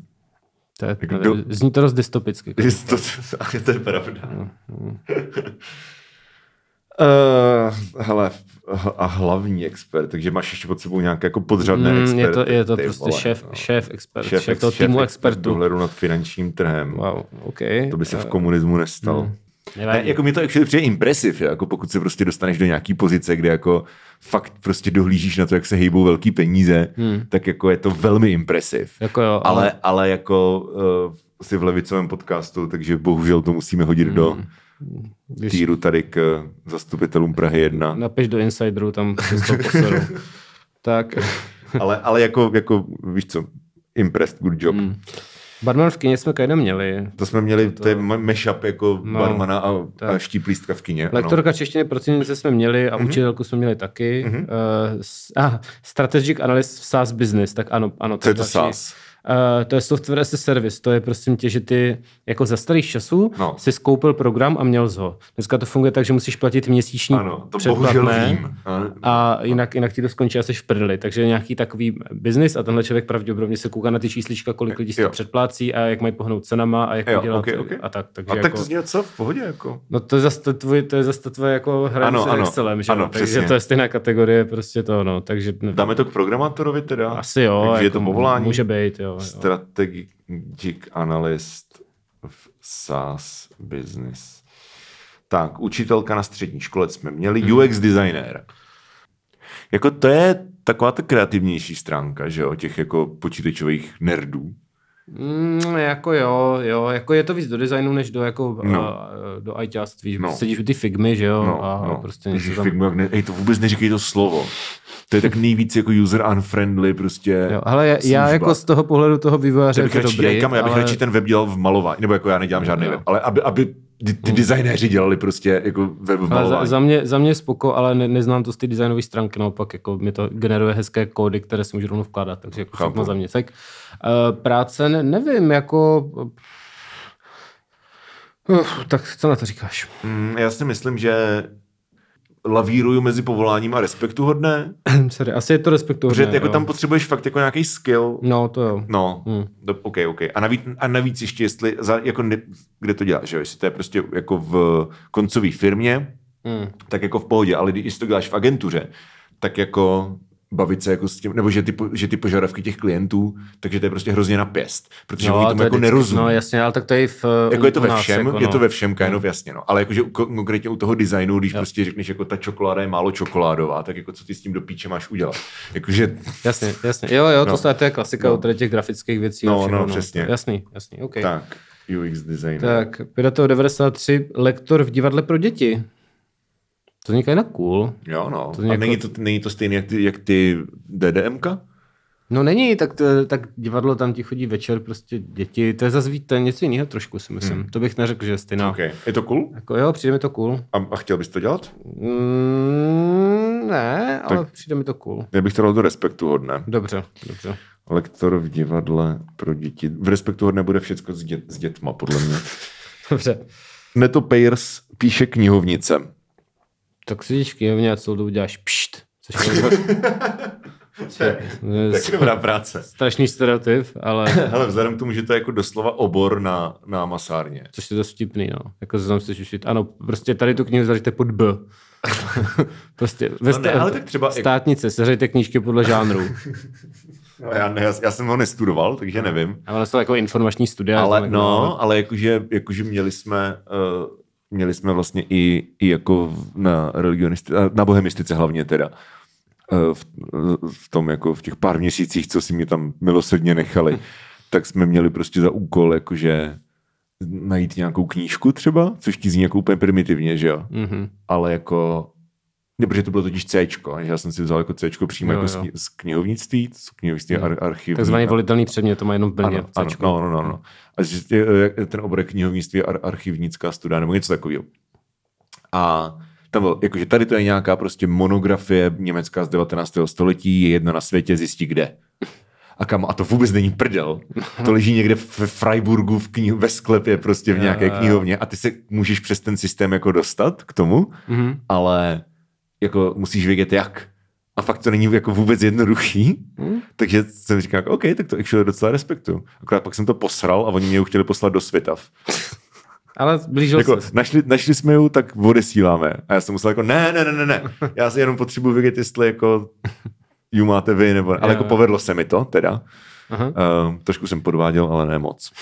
To je,
Jako do-
Zní to dost dystopicky. No,
to, to, to je pravda. Uh, hele, h- a hlavní expert, takže máš ještě pod sebou nějaké jako podřadné
Mm,
experty.
je to, je to
ty
prostě
vole,
šéf,
no.
šéf expert, šéf,
Šéf,
šéf
šéf,
toho
šéf
týmu
expert
expertů.
dohledu nad finančním trhem.
Wow, Eh, hmm. OK.
To by se v komunismu nestalo. Ne,
Nevadí.
jako mi to actually přijde impresiv, jo, jako pokud se prostě dostaneš do nějaký pozice, kde jako fakt prostě dohlížíš na to, jak se hejbou velký peníze, hmm. tak jako je to velmi impresiv.
Jako jo, ale-
ale, ale jako uh, si v levicovém podcastu, takže bohužel to musíme hodit hmm. do
Když
týru tady k eh, zastupitelům Prahy 1.
napiš do insiderů, tam se z toho poseru. tak,
ale, ale jako, jako, víš co, impressed, good job.
Hmm.
Mm.
barman v kyně jsme kajde měli.
To jsme měli, to, to je ma- mashup jako no, barmana a, a štíplístka v kyně.
Lektorka češtiny pro cizince jsme měli
Mhm.
a mm-hmm. učitelku jsme měli Eh, taky. Mm-hmm. Uh, s, ah, strategic analyst v SaaS business, tak ano. ano
Co je to
taky.
SaaS?
Uh, to je software as a service, to je prosím tě, že ty jako za starých časů
No.
no. si skoupil program a měl jsi ho. Dneska to funguje tak, že musíš platit měsíční
Ano, to
předplatné
bohužel vím. ale-
a jinak, jinak ti to skončí asi v prdeli. Takže nějaký takový biznis a tenhle člověk pravděpodobně se kouká na ty číslička, kolik lidí si
Jo.
to předplácí a jak mají pohnout cenama a jak
Jo,
to dělat
okay, okay.
a tak. Takže
A
jako...
tak to zní co? V pohodě jako.
No to je zase to tvoje, to je zase to tvoje jako hranice
Ano,
ano,
ano.
ano, Excelem, že?
Ano,
Ano, Takže
přesně.
to je stejná kategorie, prostě to, no. Takže nevím.
Dáme to k programátorovi teda?
asi jo. jako
Takže je to povolání?
Může být, jo. jo.
Strategic analyst v SaaS business. Tak, učitelka na střední škole jsme měli,
Hmm.
UX designer. Jako to je taková ta kreativnější stránka, že jo, těch jako počítačových nerdů.
Mm, jako jo, jo, jako je to víc do designu, než do jako
No.
no. a, do ajťáctví.
No.
No. Sedíš u ty figmy, že jo,
No,
a
no.
prostě
Ježiš,
něco tam...
Figma, jak ne, hej, to vůbec neříkej to slovo. To je tak nejvíc jako user unfriendly prostě.
Jo, hele, já, já
služba.
jako z toho pohledu toho vývojáře
Já
je
bych,
to
radši,
dobrý,
já, říkám, já bych
ale...
ale... radši ten web dělal v malování, nebo jako já nedělám žádný
Jo. Hmm.
web, ale aby, aby ty, ty designéři dělali prostě jako web v
Ale
malování.
za, za, mě, za mě spoko, ale ne, neznám to z ty designové stránky, naopak jako mi to generuje hezké kódy, které si můžu rovnou vkládat, takže jako
Chápu.
všechno za mě. Tak, uh, práce, ne, nevím, jako... Uh, tak co na to říkáš?
Mm, já si myslím, že lavíruju mezi povoláním a respektuhodné,
Sorry, asi je to respektové.
protože jako tam potřebuješ fakt jako nějaký skill.
No, to jo.
No,
Hmm.
do, OK, OK. A navíc, a navíc ještě, jestli, za, jako ne, kde to děláš, že jo? jestli to je prostě jako v koncové firmě,
Mm.
tak jako v pohodě, ale když to děláš v agentuře, tak jako bavit se jako s tím, nebo že ty, po- že ty požadavky těch klientů, takže to je prostě hrozně na pěst, protože no, oni
ale
tomu
to je
jako
vždycky-
nerozumí.
No jasně, ale tak to je i v,
Jako je to
u
ve
nás,
všem,
jako,
je
no.
to ve všem, kind of, jasně, no. Ale jakože u- ko- konkrétně u toho designu, když prostě řekneš, jako ta čokoláda je málo čokoládová, tak jako co ty s tím do píče máš udělat? Jakože,
Jasně, jasně. Jo, jo, to,
No.
stále, to je klasika
No.
no. u tady těch grafických věcí.
No,
a všeho,
no, přesně.
Jasný, jasný, OK.
tak, UX design.
Tak, Pirátov 93, lektor v divadle pro děti. To vzniká jinak cool.
Jo, no. To
To jako-
A není to, není to stejné, jak ty, jak ty DDMka?
No není, tak, to, tak divadlo tam ti chodí večer, prostě děti, to je zase víc- to je něco jiného trošku, si myslím. Hmm. To bych neřekl, že je stejná.
OK. Je to cool?
Jako jo, přijde mi to cool.
A, a chtěl bys to dělat?
Mm, ne, ale přijde mi to cool.
Já bych to dal do respektu hodné.
Dobře, dobře.
Lektor v divadle pro děti. V respektu hodné bude všecko s, dět, s dětma, podle mě.
Dobře.
Neto Payers píše knihovnice.
Tak sedíš v knihovně a celou dobu děláš pšt. Což je, to je
Tak dobrá práce.
strašný stereotyp, ale
Hele, vzhledem k tomu, že to je jako doslova obor na, na masárně.
Což je dost vtipný, no. Jako se tam chceš učit. Ano, prostě tady tu knihu zařiďte pod B. prostě ve
No ne, ale tak třeba-
státnice, seřijte knížky podle žánrů.
No, já, ne, já, já jsem ho nestudoval, takže nevím.
A ono jsou jako informační studia.
Ale
tam
no, ale jakože, jakože měli jsme... Uh, měli jsme vlastně i, i jako v- na religionistice, na bohemistice hlavně teda, eh, v, v tom jako v těch pár měsících, co si mě tam milosrdně nechali, tak jsme měli prostě za úkol jakože najít nějakou knížku třeba, což ti zní jako úplně primitivně, že jo?
Mm-hmm.
ale jako ne, protože to bylo totiž C, já jsem si vzal jako C přímo
Jo,
jako z
jo.
kni- z knihovnictví, z knihovnictví ar- archivní.
Takzvaný volitelný předmět, to má jenom v Brně.
Mhm. ano, ano,
Cčko.
no, no, no, no. A že je, eh, ten obor je knihovnictví ar- archivnická studia nebo něco takového. A tam bylo, jakože tady to je nějaká prostě monografie německá z 19. století, je jedna na světě, zjistí kde. A kam? A to vůbec není prdel. To leží někde ve Freiburgu v knihu, ve sklepě, prostě v nějaké
Jo, jo.
knihovně a ty se můžeš přes ten systém jako dostat k tomu,
Mhm.
ale jako musíš vědět jak. A fakt to není jako vůbec jednoduchý,
Hmm.
takže jsem říkal, jako, OK, tak to actually docela respektu. Akorát pak jsem to posral a oni mě ho chtěli poslat do Svitav.
Ale blížil
Jako,
se.
našli, našli jsme ju, tak odesíláme. A já jsem musel jako, ne, ne, ne, ne, ne. Já si jenom potřebuji vědět, jestli jako ju máte vy, nebo ne. Ale
Jo,
jako
jo.
povedlo se mi to, teda.
Aha.
Uh, trošku jsem podváděl, ale ne moc.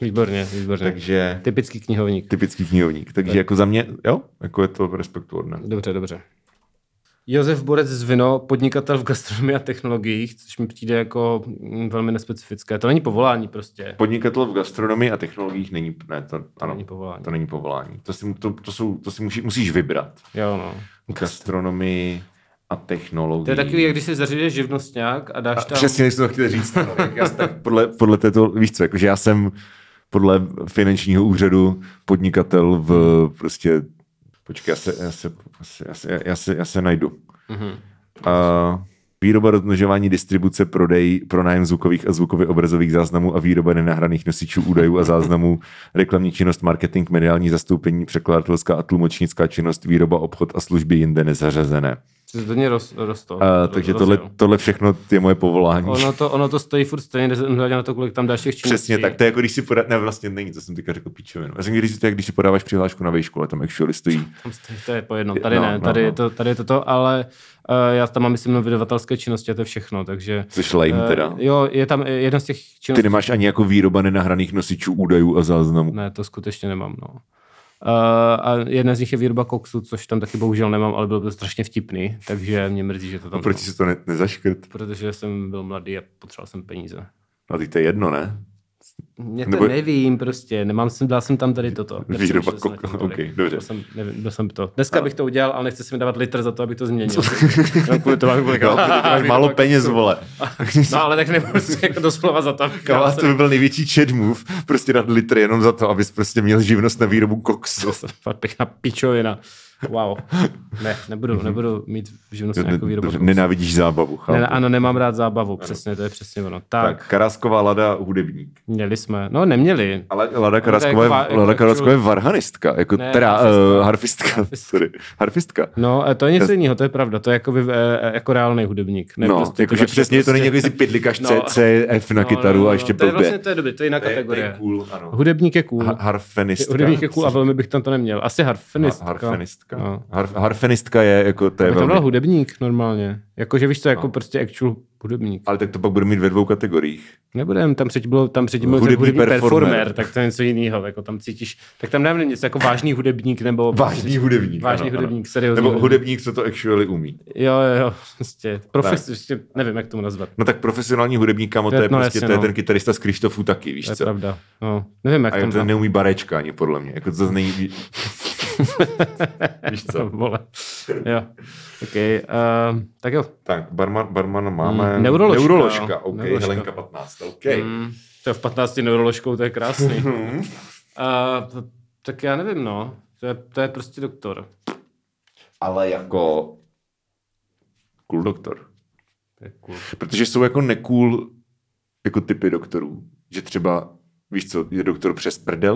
Výborně, výborně.
Takže
Typický knihovník.
typický knihovník. Takže jako za mě, jo, jako je to respektuhodné.
Dobře, dobře. Josef Borec z Vino, podnikatel v gastronomii a technologiích, což mi přijde jako mm, velmi nespecifické. To není povolání prostě.
Podnikatel v gastronomii a technologiích není, ne, to, ano,
není povolání.
to není povolání. To si, to, to jsou, to si musí, musíš vybrat.
Jo, no.
Gastronomii a technologii.
To je takový, jak když si zařídíš živnostňák a dáš
a,
tam...
Přesně, jak jsem to chtěl říct. No, tak já, jsem tak podle, podle této, víš co, jakože já jsem podle finančního úřadu podnikatel v prostě, počkej, já se, já se, já se, já se, já se, já se najdu.
Mhm.
A, Výroba, rozmnožování, distribuce, prodej, pronájem zvukových a zvukově obrazových záznamů a výroba nenahraných nosičů údajů a záznamů, reklamní činnost, marketing, mediální zastoupení, překladatelská a tlumočnická činnost, výroba, obchod a služby jinde nezařazené.
Se to mě roz, rostlo.
A, takže
Roz-
tohle,
rozjel.
tohle všechno je moje povolání.
Ono to, ono to stojí furt stejně, hledě na to, kolik tam dalších činností.
Přesně tak, to je jako když si podá... Ne, vlastně není, to jsem teďka řekl píčovinu. Já jsem když, to je, když si podáváš přihlášku na vejšku, ale tam actually stojí.
Tam stojí, to je po jednom. Tady
No,
ne,
no,
tady,
no.
Je to, tady je to to, ale uh, já tam mám, myslím, jenom vydavatelské činnosti a to je všechno, takže...
Což lame
eh,
teda.
jo, je tam eh, jedna z těch
Ty
činností.
nemáš ani jako výroba nenahraných nosičů údajů a záznamů.
Ne, to skutečně nemám, no. Uh, a jedna z nich je výroba koksu, což tam taky bohužel nemám, ale bylo to strašně vtipný, takže mě mrzí, že to tam
No, Proč si to ne, nezaškrt?
Protože jsem byl mladý a potřeboval jsem peníze.
A teď No, to je jedno, ne?
Mě to
Nebo-
Nebo... nevím prostě, nemám jsem, dal jsem tam tady toto. Nepřemýšlel
Výroba
jsem nad tím
koka-
tolik.
ok, dobře.
Byl jsem, nevím, byl jsem to. Dneska bych to udělal, ale nechci si mi dávat litr za to, abych to změnil. Jenom kvůli tomu, abych byl
Jo,
jako,
protože ty máš
výroba
málo
koksu.
peněz, vole.
No ale tak nebudu si jako doslova za to. abych dal
Kámo, to by byl největší chat move, prostě dát litr jenom za to, abys prostě měl živnost na výrobu koksu.
se- Fakt pěkná pičovina. Wow. Ne, nebudu, nebudu mít v živnosti nějakou výrobu. jako koksu.
Nenávidíš zábavu, chápu.
Ne, ano, nemám rád zábavu, přesně, to je přesně ono. Tak,
no. Tak, Karásková Lada, hudebník.
měli jsme, no neměli.
Ale Lada
to
Karasková
je
je,
jako-
Lada
jako-
Karasková je varhanistka, jako
Ne,
teda
harfistka.
harfistka. Uh, harfistka, sorry, harfistka.
No, eh, to je něco jiného, to je pravda, to je jako, by, eh, jako reálný hudebník. Ne,
No,
prostě
prostě
ty
jakože
vaše
přesně to není jako,
prostě-
jestli pidlikaš
No.
C, C, F na
No,
kytaru
no, no,
a ještě
no, To je
blbě.
vlastně, to je dobrý, to je jiná
To je-
kategorie.
To je cool, ano.
Hudebník je cool.
Ha- harfenistka.
Hudebník je cool a velmi bych tam to neměl. Asi harfenistka.
Ha- harfenistka.
No.
Harf- harfenistka je jako, to je
Bych tam dal
velmi... No.
hudebník normálně. Jakože víš to, jako prostě actual hudebník.
Ale tak to pak bude mít ve dvou kategoriích.
Nebudem, tam předtím bylo, tam předtím byl
Hudební
hudební, hudební performer.
performer.
tak to je něco jiného, jako tam cítíš, tak tam dám něco jako vážný hudebník nebo
Vážný hudebník.
vážný
ano,
hudebník,
Ano.
seriózní
Nebo hudebník, co to actually umí.
Jo, jo, jo, prostě, profes, prostě, nevím, jak tomu nazvat,
No tak profesionální hudebník, kamo, to
To
je,
je- no,
prostě,
jasně,
to je
no.
ten kytarista z Krištofu taky, víš
to je
co?
pravda, no, nevím, jak
A
tam
ten
ne...
neumí barečka ani, podle mě. Jako to zase není... víš co?
vole, jo, okay, uh, tak jo,
Tak, barman, barmana máme...
Mm, neuroložka,
Neuroložka,
jo.
OK.
Neuroložka.
Helenka 15, OK.
mm, to je v 15 neuroložkou, to je krásný, uh, tak já nevím, no, to je, to je prostě doktor,
Ale jako... Cool doktor.
to je cool.
Protože jsou jako necool jako typy doktorů. Že třeba, víš co, je doktor přes prdel?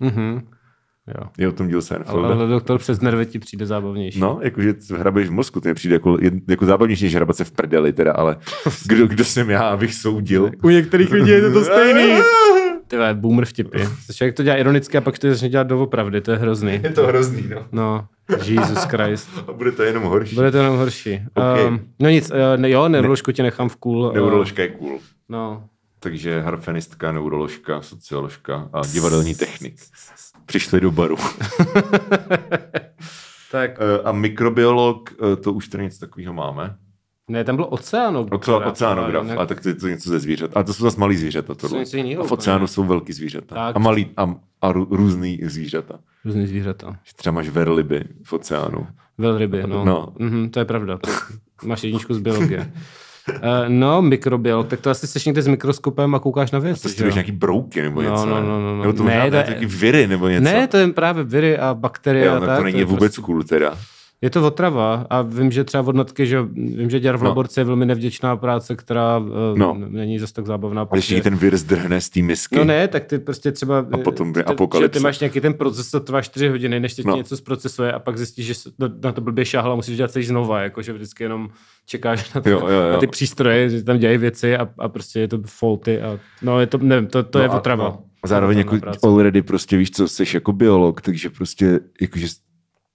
mm-hmm.
Mhm.
jo.
Je o tom díl Seinfelda.
Ale, ale doktor přes nervy ti přijde zábavnější.
No, jakože hrabeš v mozku, to mi přijde jako, jed- jako zábavnější, než hrabat se v prdeli teda, ale kdo, kdo jsem já, abych soudil?
U některých lidí je to stejný. Ty vole, boomer vtipy. Se člověk to dělá ironicky a pak to začne dělat doopravdy, to je hrozný.
Je to hrozný, no.
No, Jesus Christ.
A bude to jenom horší.
Bude to jenom horší.
Ok.
Um, no nic, uh, ne, jo, neuroložku ti nechám v kůl. Uh,
Neuroložka je cool.
No.
Takže harfenistka, neuroložka, socioložka a divadelní technik. Přišli do baru.
Tak,
Eh, a mikrobiolog, eh, to už tady něco takového máme.
ne, tam byl oceánograf.
Oce- oceánograf,
ale
a tak to je to něco ze zvířat. A to jsou zase malý zvířata. Tohle.
něco jiného
a v
úplně.
oceánu jsou velký zvířata.
Tak.
A malý a, a rů, různý zvířata.
Různý zvířata.
Že Třeba máš verliby v oceánu.
Velryby, no.
No.
Mhm, to je pravda. To, máš jedničku z biologie. Uh, no, mikrobiolog, tak to asi seš někde s mikroskopem a koukáš na věci.
To
že jo?
studuješ nějaký brouky nebo
No,
něco.
no, no, no, no.
Nebo to
Ne,
možná
to
ne,
je-
taky viry nebo něco.
Ne, to je právě viry a bakterie.
jo,
a
no,
tak,
to není
je
vůbec
prostě-
cool teda.
Je to otrava a vím, že třeba odnotky, že vím, že dělat v
No.
laborce je velmi nevděčná práce, která
No.
no. není zase tak zábavná.
A ještě
protože-
ti ten vir zdrhne z té misky.
No ne, tak ty prostě třeba... A
Hmm. potom bude
ty,
apokalypsa.
Že ty máš nějaký ten proces, to trvá 4 hodiny, než teď
No.
no. něco zprocesuje a pak zjistíš, že se- no, na- na to blbě šáhla, musíš dělat celý znova, jakože vždycky jenom čekáš na, to,
Jo, jo, jo.
na ty přístroje, že tam dělají věci a, a prostě je to faulty a no je to, nevím, to, to no je
a-
otrava.
no. A zároveň
Otravná
jako
práce.
already prostě víš co, jsi jako biolog, takže prostě jakože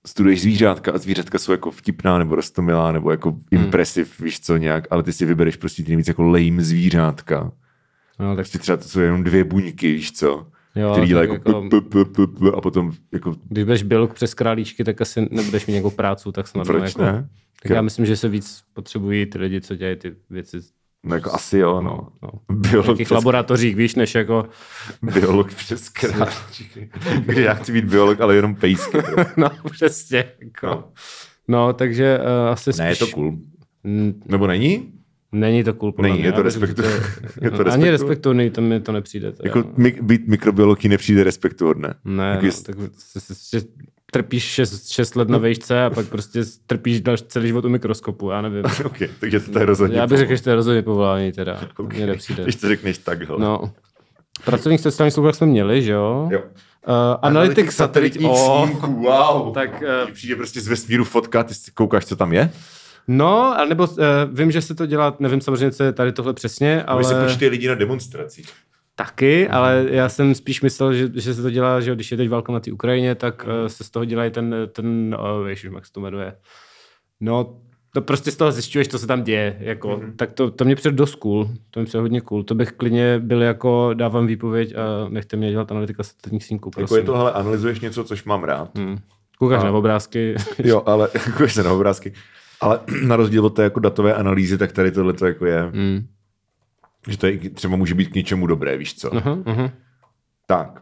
studuješ zvířátka a zvířátka jsou jako vtipná nebo rostomilá nebo
Hmm.
jako impresiv, víš co nějak, ale ty si vybereš prostě ty nejvíc jako lame zvířátka.
No, tak,
Prostě třeba to jsou jenom dvě buňky, víš co, který
jo, tak No,
dělají jako, p- p- p- p- a potom jako
Když budeš biolog přes králíčky, tak asi nebudeš mít nějakou práci, tak snad. no,
proč
jako,
ne?
Tak já myslím, že se víc potřebují ty lidi, co dělají ty věci
No jako asi jo, no.
no, v
Biolog
nějakých
přes,
laboratořích, víš, než jako...
biolog přes kráčky. Kdy já chci být biolog, ale jenom pejsky.
No, přesně. Jako.
No.
No. no, takže uh, asi spíš...
Ne, je to cool.
N-
Nebo není?
Není to cool, podle
Není,
mě.
je to
Já bych řekl,
respektu-
že
je to
Ani
respektu-
respektovný, to mi to nepřijde. To
Jako
já-
mi, být mikrobiologii nepřijde respektuhodné.
Ne,
jako
no,
jest- No.
tak se- se- se- trpíš 6, 6 let na vejšce a pak prostě trpíš další celý život u mikroskopu, já nevím.
okay, takže to je rozhodně.
Já bych řekl, že to je rozhodně povolání teda. Okay. Mně nepřijde.
Když to řekneš takhle.
No. Pracovník sociálních službách jsme měli, že jo?
Jo.
Uh, analytik satelitních oh.
snímků, wow. Tak,
Tak uh,
přijde prostě z vesmíru fotka, ty si koukáš, co tam je.
no, ale nebo uh, vím, že se to dělá, nevím samozřejmě, co je tady tohle přesně,
Ale... Když se
ale
počítají lidi na demonstracích.
taky, ale já jsem spíš myslel, že, že se to dělá, že jo, když je teď válka na té Ukrajině, tak uh, se z toho dělají ten, ten uh, ježiš, jak se to jmenuje. No, to prostě z toho zjišťuješ, co se tam děje, jako,
Mhm.
mm-hmm. tak to, to mě přijde dost cool, to mi přijde hodně cool, to bych klidně byl jako, dávám výpověď a nechte mě dělat analytika satelitních snímků,
Jako
prosím.
je to, hele, analyzuješ něco, což mám rád.
Hmm. Koukáš
A-
na obrázky.
Jo, ale koukáš se na obrázky. Ale na rozdíl od té jako datové analýzy, tak tady tohle to jako je,
Hmm.
že to je, třeba může být k něčemu dobré, víš co.
Aha, aha.
Tak.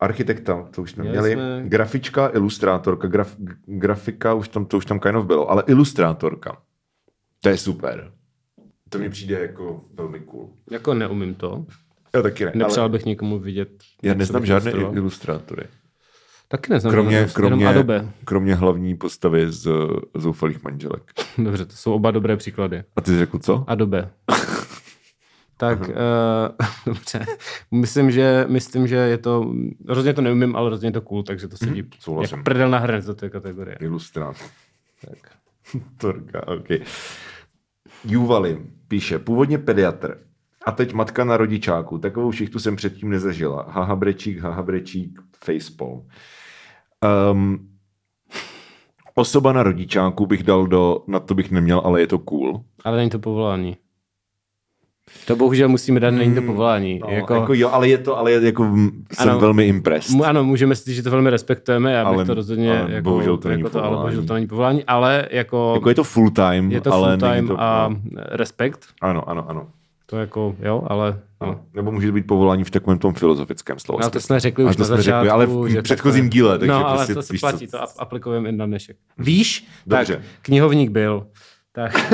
Architekta, to už jsme
Měli
měli.
jsme-
Grafička, ilustrátorka. Graf, grafika, už tam, to už tam kind of bylo, ale ilustrátorka. To je super. To mi přijde jako velmi cool.
Jako neumím to.
Já taky ne.
Nepřál
ale
bych nikomu vidět.
já
jak se
neznám
bych
žádné
ilustroval.
ilustrátory.
Taky neznám.
Kromě,
žádné,
kromě,
Jenom Adobe.
kromě hlavní postavy z eh, Zoufalých manželek.
Dobře, to jsou oba dobré příklady.
A ty jsi řekl co?
Adobe. tak, uh, dobře. Myslím že, myslím, že je to, rozhodně to neumím, ale rozhodně je to cool, takže to sedí
souhlasím.
jak prdel na hrnec do té kategorie.
Ilustrátor.
Tak.
Torka, OK. Juvali píše, původně pediatr. A teď matka na rodičáku. Takovou šichtu jsem předtím nezažila. Haha brečík, haha brečík, facepalm. Um, osoba na rodičáku bych dal do, na to bych neměl, ale je to cool.
Ale není to povolání. To bohužel musíme dát, není to povolání.
No, jako, jako jo, ale je to, ale je, jako m, jsem ano,
Ano.
velmi impressed.
Mu- Ano, můžeme si říct, že to velmi respektujeme, já bych
Ale-
to rozhodně,
ale
jako,
bohužel to není
jako to, ale
povolání.
bohužel to není povolání, ale jako,
Jako je to full time,
je to
ale
full
není
time
to, no,
a respekt,
Ano, ano, ano.
to jako, jo, ale no.
Ano. Nebo může to být povolání v takovém tom filozofickém slovu.
Ale No, to jsme řekli
Ale
už
Prostě to jsme
na začátku.
řekli, ale v
že
předchozím
takové-
díle, takže
no, ale
prostě
to se
víš,
platí,
co- Mhm.
to ap- aplikujeme i na dnešek. Víš?
Dobře.
Tak, knihovník byl. Tak.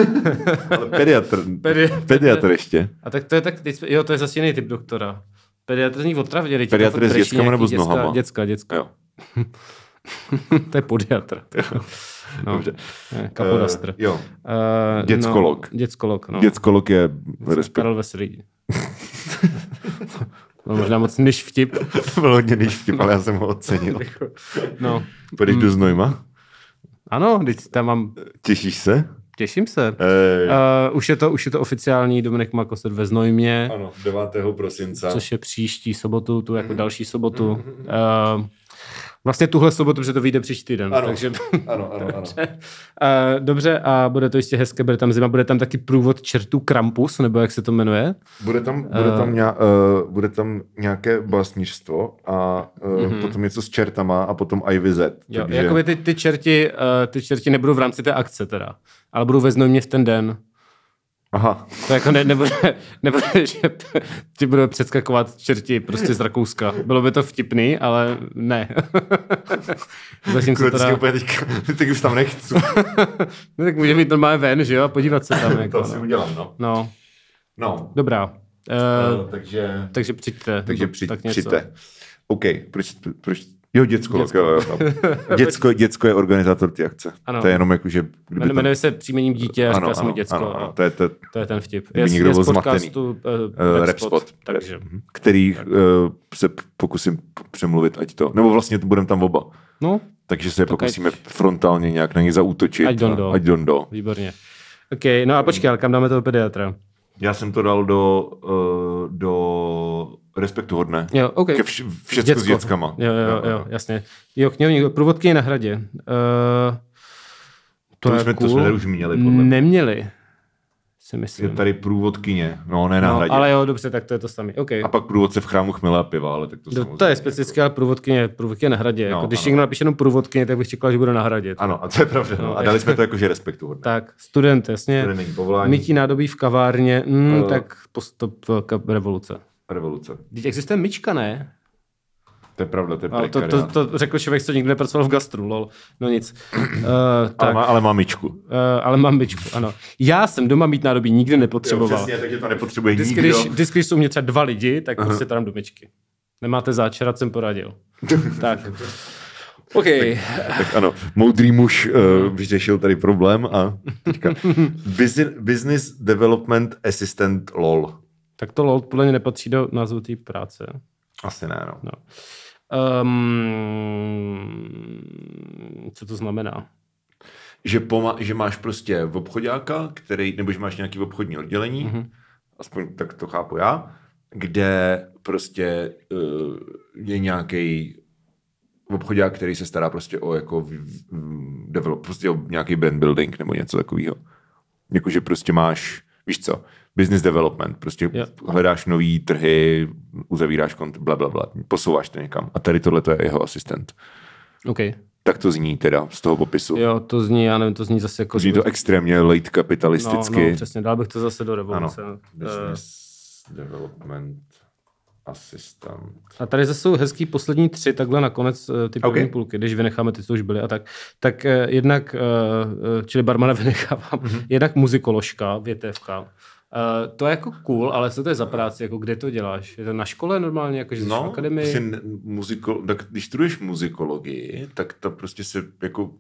Ale pediatr,
Pedi-
pediatr ještě.
A tak to je tak, teď jsme- jo, to je zase jiný typ doktora. Pediatr zní otravně, teď
Pediatr
to fakt
je s
řeší
dětskama
nějaký
nebo s
děcka-
nohama?
Děcka, děcka.
Jo.
to je podiatr. No.
Dobře.
Ne, Kapodastr.
Eh, jo.
Uh,
Děckolog.
No, děckolog, no.
Děckolog je respekt.
Karel Veselý. no, možná moc než vtip.
To byl hodně nejštip, ale já jsem ho ocenil.
No.
Půjdeš do Znojma?
Ano, teď tam mám,
Těšíš se?
těším se.
Ej.
Uh, už, je to, už je to oficiální, Dominik Makosed ve Znojmě,
Ano, 9. prosince.
Eh, což je příští sobotu, tu jako další sobotu. Uh, vlastně tuhle sobotu, protože to vyjde příští týden.
Ano.
Takže,
Ano, ano, ano.
uh, dobře, a bude to jistě hezké, bude tam zima, bude tam taky průvod čertů Krampus, nebo jak se to jmenuje.
Bude tam, bude
Eh.
tam, ně, uh, bude tam nějaké básničstvo a uh, mm-hmm. potom něco s čertama a potom IVZ.
Mhm. Jo, Takže... Jakoby ty, ty, čerti, uh, ty čerti nebudou v rámci té akce teda, ale budou ve Znojmě v ten den.
Aha,
To jako ne, nebude, nebude, že ti budou předskakovat čerti prostě z Rakouska. Bylo by to vtipný, ale ne. Zatím se
Kurva,
teda...
teda... úplně teďka, teď už tam nechci.
No, tak můžeme jít normálně ven, že jo, a podívat se tam. Jako,
to si
no.
udělám, no.
no,
No,
dobrá. Uh,
uh, takže...
takže přijďte.
Takže
nebo
při,
tak něco.
přijďte. OK, proč, proč Jo, děcko. Děcko. Jo, jo, jo. děcko, děcko je organizátor ty akce. Ano.
Ano.
To je jenom jako, že... kdyby
Jmen- Jmenuje se příjmením dítě a říká se mu děcko. no.
Ano, ano, to eh, je to,
To je ten vtip.
Kdyby někdo byl
z podcastu uh,
uh,
Rap Spot,
Repspot,
takže.
který uh, se p- pokusím p- přemluvit, ať to... Nebo vlastně budeme tam oba.
No,
Takže se pokusíme
ať-
frontálně nějak na ně zaútočit.
Ať dondo.
A- Ať dondo.
výborně. OK, no a počkej, ale kam dáme toho pediatra?
Já jsem to dal do, uh, do respektu hodné.
Jo, OK.
Ke vš- všecku s dětskama.
Jo, jo, jo, jo, jasně. Jo, knihovník, průvodky na hradě. Uh,
To,
je
už jsme, to
cool.
jsme tady už měli, podle mě.
Neměli, si
Je
myslím.
tady průvodkyně, no ne na
No,
hradě.
ale jo, dobře, tak to je to samé. OK.
A pak průvodce v chrámu chmele a piva, ale tak to
No,
jako-
To, to je specifické, ale průvodkyně, průvodkyně na hradě.
No,
jako, když
ano.
někdo napíše jenom průvodkyně, tak bych čekal, že bude na hradě.
Ano, a to je pravda. No.
No,
A dali jsme to jakože respektu
Tak, student, jasně.
Student není povolání.
Mytí nádobí v kavárně, mm,
Eh.
tak postup ka- revoluce.
Revoluce.
Teď existuje myčka, ne?
To je pravda, to je
Ale to,
prekariát.
to, to řekl člověk, co nikdy nepracoval v gastru, lol. No nic. Uh,
Ale,
tak,
má, ale má myčku.
uh, ale mám byčku, ano. Já jsem doma mít nádobí nikdy nepotřeboval.
přesně, takže to nepotřebuje
Vždycky,
nikdo.
když, vždycky, když jsou mě třeba dva lidi, tak prostě tam do myčky. Nemáte záčerat, jsem poradil. tak.
OK.
Tak ano, moudrý muž uh, vyřešil tady problém a teďka business, business Development Assistant LOL.
Tak to LOL podle mě nepatří do názvu té práce.
Asi ne, no.
No. Um, co to znamená?
Že, poma- že máš prostě v obchodáka, který, nebo že máš nějaký obchodní oddělení, mm-hmm. aspoň tak to chápu já, kde prostě uh, je nějaký obchodák, který se stará prostě o jako v, v, v- develop, prostě o nějaký brand building nebo něco takového. Jakože prostě máš, víš co, business development, prostě
Jo.
hledáš nový trhy, uzavíráš kont, bla, bla, bla, posouváš to někam. A tady tohle to je jeho asistent.
OK.
Tak to zní teda z toho popisu.
Jo, to zní, já nevím, to zní zase jako...
Zní to extrémně late kapitalisticky.
No, no, přesně, dál bych to zase do revoluce. Eh,
Business development assistant.
A tady zase jsou hezký poslední tři takhle nakonec eh, ty první
Ok.
okay. půlky, když vynecháme ty, co už byly a tak. Tak eh, jednak, eh, eh, čili barmana vynechávám,
Mhm.
mm-hmm. jednak muzikoložka, větévka. Eh, to je jako cool, ale co to je za práci, jako kde to děláš? Je to na škole normálně, jako že jsi v
No,
akademii?
asi ne- muziko, tak když studuješ muzikologii, tak tam prostě se jako...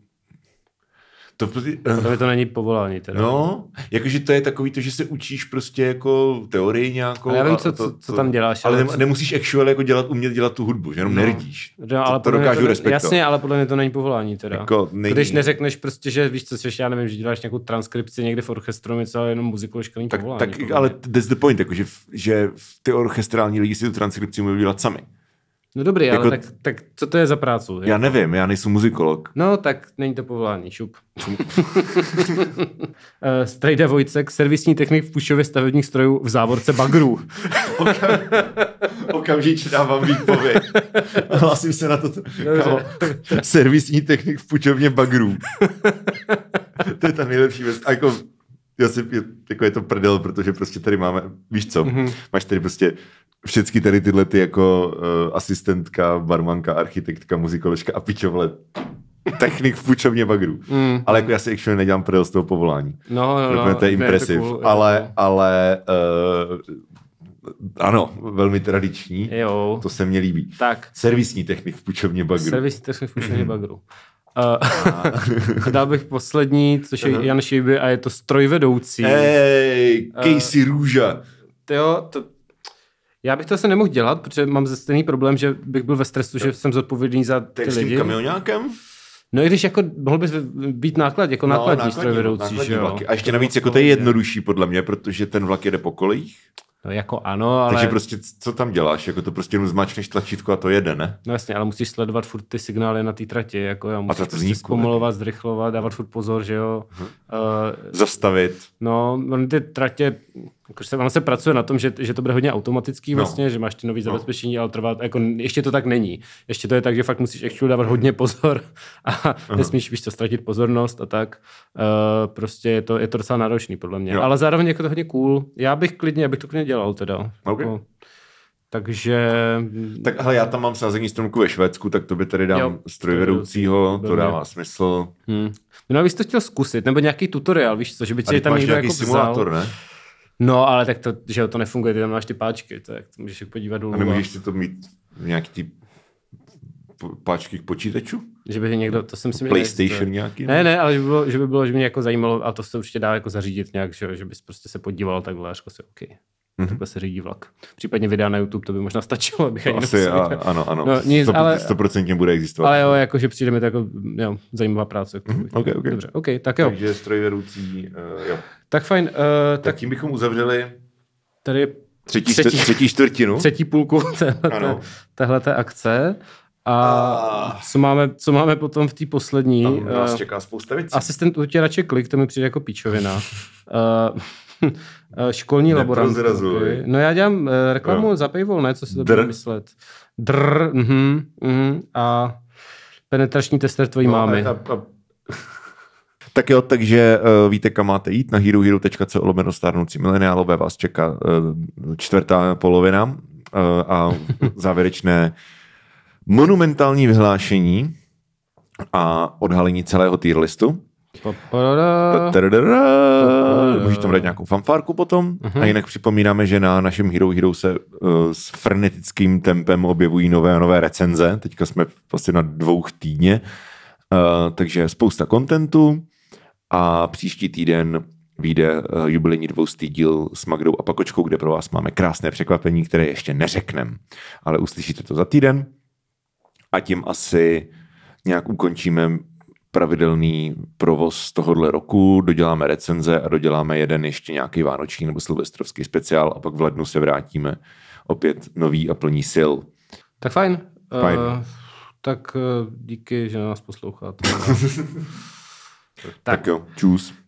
To prostě,
Protože to není povolání teda.
no, jakože to je takový to, že se učíš prostě jako teorii nějakou.
Ale já vím,
a
co-
to-
co- co tam děláš,
Ale,
ale
nem-
co-
nemusíš actual jako dělat, umět dělat tu hudbu, že jenom no. nerdíš.
No,
to,
ale
to
podle mě
dokážu
ne-
respektovat.
Jasně, ale podle mě to není povolání teda.
Jako není.
Když neřekneš prostě, že víš co, jsi, já nevím, že děláš nějakou transkripci někde v orchestru, něco, ale jenom muzikoložka není
tak,
povolání.
tak,
podle mě.
ale that's the point, jako, že, v- že v- ty orchestrální lidi si tu transkripci můžou dělat sami.
No dobrý,
jako-
ale tak, tak co to je za prácu?
Já nevím, já nejsem muzikolog.
No, tak není to povolání, šup. Eh, Strejda Vojcek, servisní technik v Pušově stavebních strojů v závorce bagrů.
Okamžitě dávám výpověď. Hlásím se na to. Kámo, servisní technik v půjčovně bagrů. to je ta nejlepší věc. A jako, já si, je- jako je to prdel, protože prostě tady máme, víš co, mm-hmm. máš tady prostě všechny tady tyhle ty jako uh, asistentka, barmanka, architektka, muzikoložka a pičovle. Technik v půjčovně bagrů. Mm. Ale jako já si actually nedělám prdel z toho povolání.
No, no,
No,
no.
to je impresiv,
cool,
cool,
jo.
ale, ale uh, ano, velmi tradiční.
Jo.
To se mně líbí.
Tak.
Servisní technik v půjčovně bagru. Servis...
Servisní technik v
Mhm.
Pušově bagrů. Uh, dal bych poslední, což je Jan Šíby a je to strojvedoucí.
Eh. Hej,
Eh,
Casey uh... Růža.
Jo, to... Já bych to se nemohl dělat, protože mám ze stejný problém, že bych byl ve stresu, že jsem zodpovědný za ty
Tak s tím
lidi.
kamionákem?
No i když jako mohl bys být náklad, jako no, nákladní, strojvedoucí, že jo.
vlaky. A ještě navíc, jako to je jednodušší podle mě, protože ten vlak jede po kolejích.
No jako ano, ale...
Ale... Takže prostě, c- co tam děláš? Jako to prostě jenom zmačneš tlačítko a to jede, ne?
No jasně, ale musíš sledovat furt ty signály na té trati, jako já musíš
to Mhm.
prostě
zní cool,
zpomalovat, zrychlovat, dávat furt pozor, že jo. Uh,
Zastavit.
no, on ty tratě, jakože se, ono se pracuje na tom, že, že to bude hodně automatický
No.
vlastně, že máš ty nový zabezpečení, ale trvá, jako ještě to tak není. Ještě to je tak, že fakt musíš actually dávat hodně pozor a nesmíš, víš co, ztratit pozornost a tak. Uh, prostě je to, je to docela náročný podle mě.
Jo.
Jo. Ale zároveň jako to hodně cool. Já bych klidně, já bych to klidně dělal teda.
Ok.
Jako, takže
Tak hele, já tam mám sázení stromku ve Švédsku, tak to by tady dám jo,
Jo.
strojvedoucího, to
Velmi.
dává smysl.
Hmm. No a bys to chtěl zkusit, nebo nějaký tutoriál, víš co, že by
A
tě
teď
tam
máš
někdo
nějaký
jako
simulátor,
Vzal.
ne?
No, ale tak to, že jo, to nefunguje, ty tam máš ty páčky, tak to můžeš jak podívat dolů.
A nemůžeš si to mít v nějaký ty p- páčky k počítaču?
a- Že by tě někdo, to si myslím, že
PlayStation
neexistuje.
nějaký?
Ne, ne, ale že by, bylo, že by bylo, že mě jako zajímalo, a to se určitě dá jako zařídit nějak, že, jo, že bys prostě se podíval takhle a řekl si, OK,
Mhm.
mm-hmm. takhle se řídí vlak. Případně videa na YouTube, to by možná stačilo, abych ani
Asi,
nemusel-
a, ano, ano.
No, nic,
Sto-
ale-
Stoprocentně bude existovat.
Ale jo, jako, že přijde mi to jako jo, zajímavá práce. Mm-hmm.
Mhm, ok, ok.
Dobře, OK, tak jo.
Takže strojvedoucí, uh, jo.
Tak fajn, uh,
Tak
tak
tím bychom uzavřeli
tady je
třetí,
Třetí.
třetí. třetí čtvrtinu.
třetí půlku téhleté,
Ano. Ah.
téhleté akce. A co máme, co máme potom v té poslední?
Tam nás
eh,
čeká spousta věcí.
asistent utěrače klik, to mi přijde jako píčovina. Eh, eh, školní
Neprozrazuj.
laboratoř. No já dělám eh, reklamu
Jo.
za paywall, ne? Co si to
Dr.
bude myslet? Dr. mhm, mhm. a penetrační tester tvojí mámy.
No, A, a, a... Tak jo, takže uh, víte, kam máte jít. Na herohero.co lomeno stárnoucí mileniálové vás čeká uh, čtvrtá polovina uh, a závěrečné monumentální vyhlášení a odhalení celého tier listu.
Paparara.
Tadadada. Můžeš tam dát nějakou fanfárku potom.
Mhm.
A jinak připomínáme, že na našem Hero Hero se uh, s frenetickým tempem objevují nové a nové recenze. Teďka jsme vlastně na dvou týdně. Uh, takže spousta kontentu. A příští týden vyjde uh, jubilejní dvoustý díl s Magdou a Pakočkou, kde pro vás máme krásné překvapení, které ještě neřekneme. Ale uslyšíte to za týden. A tím asi nějak ukončíme pravidelný provoz tohohle roku, doděláme recenze a doděláme jeden ještě nějaký vánoční nebo silvestrovský speciál a pak v lednu se vrátíme opět nový a plní sil.
Tak fajn.
Fajn.
Eh, tak eh, díky, že nás posloucháte.
Tak, tak jo, čus.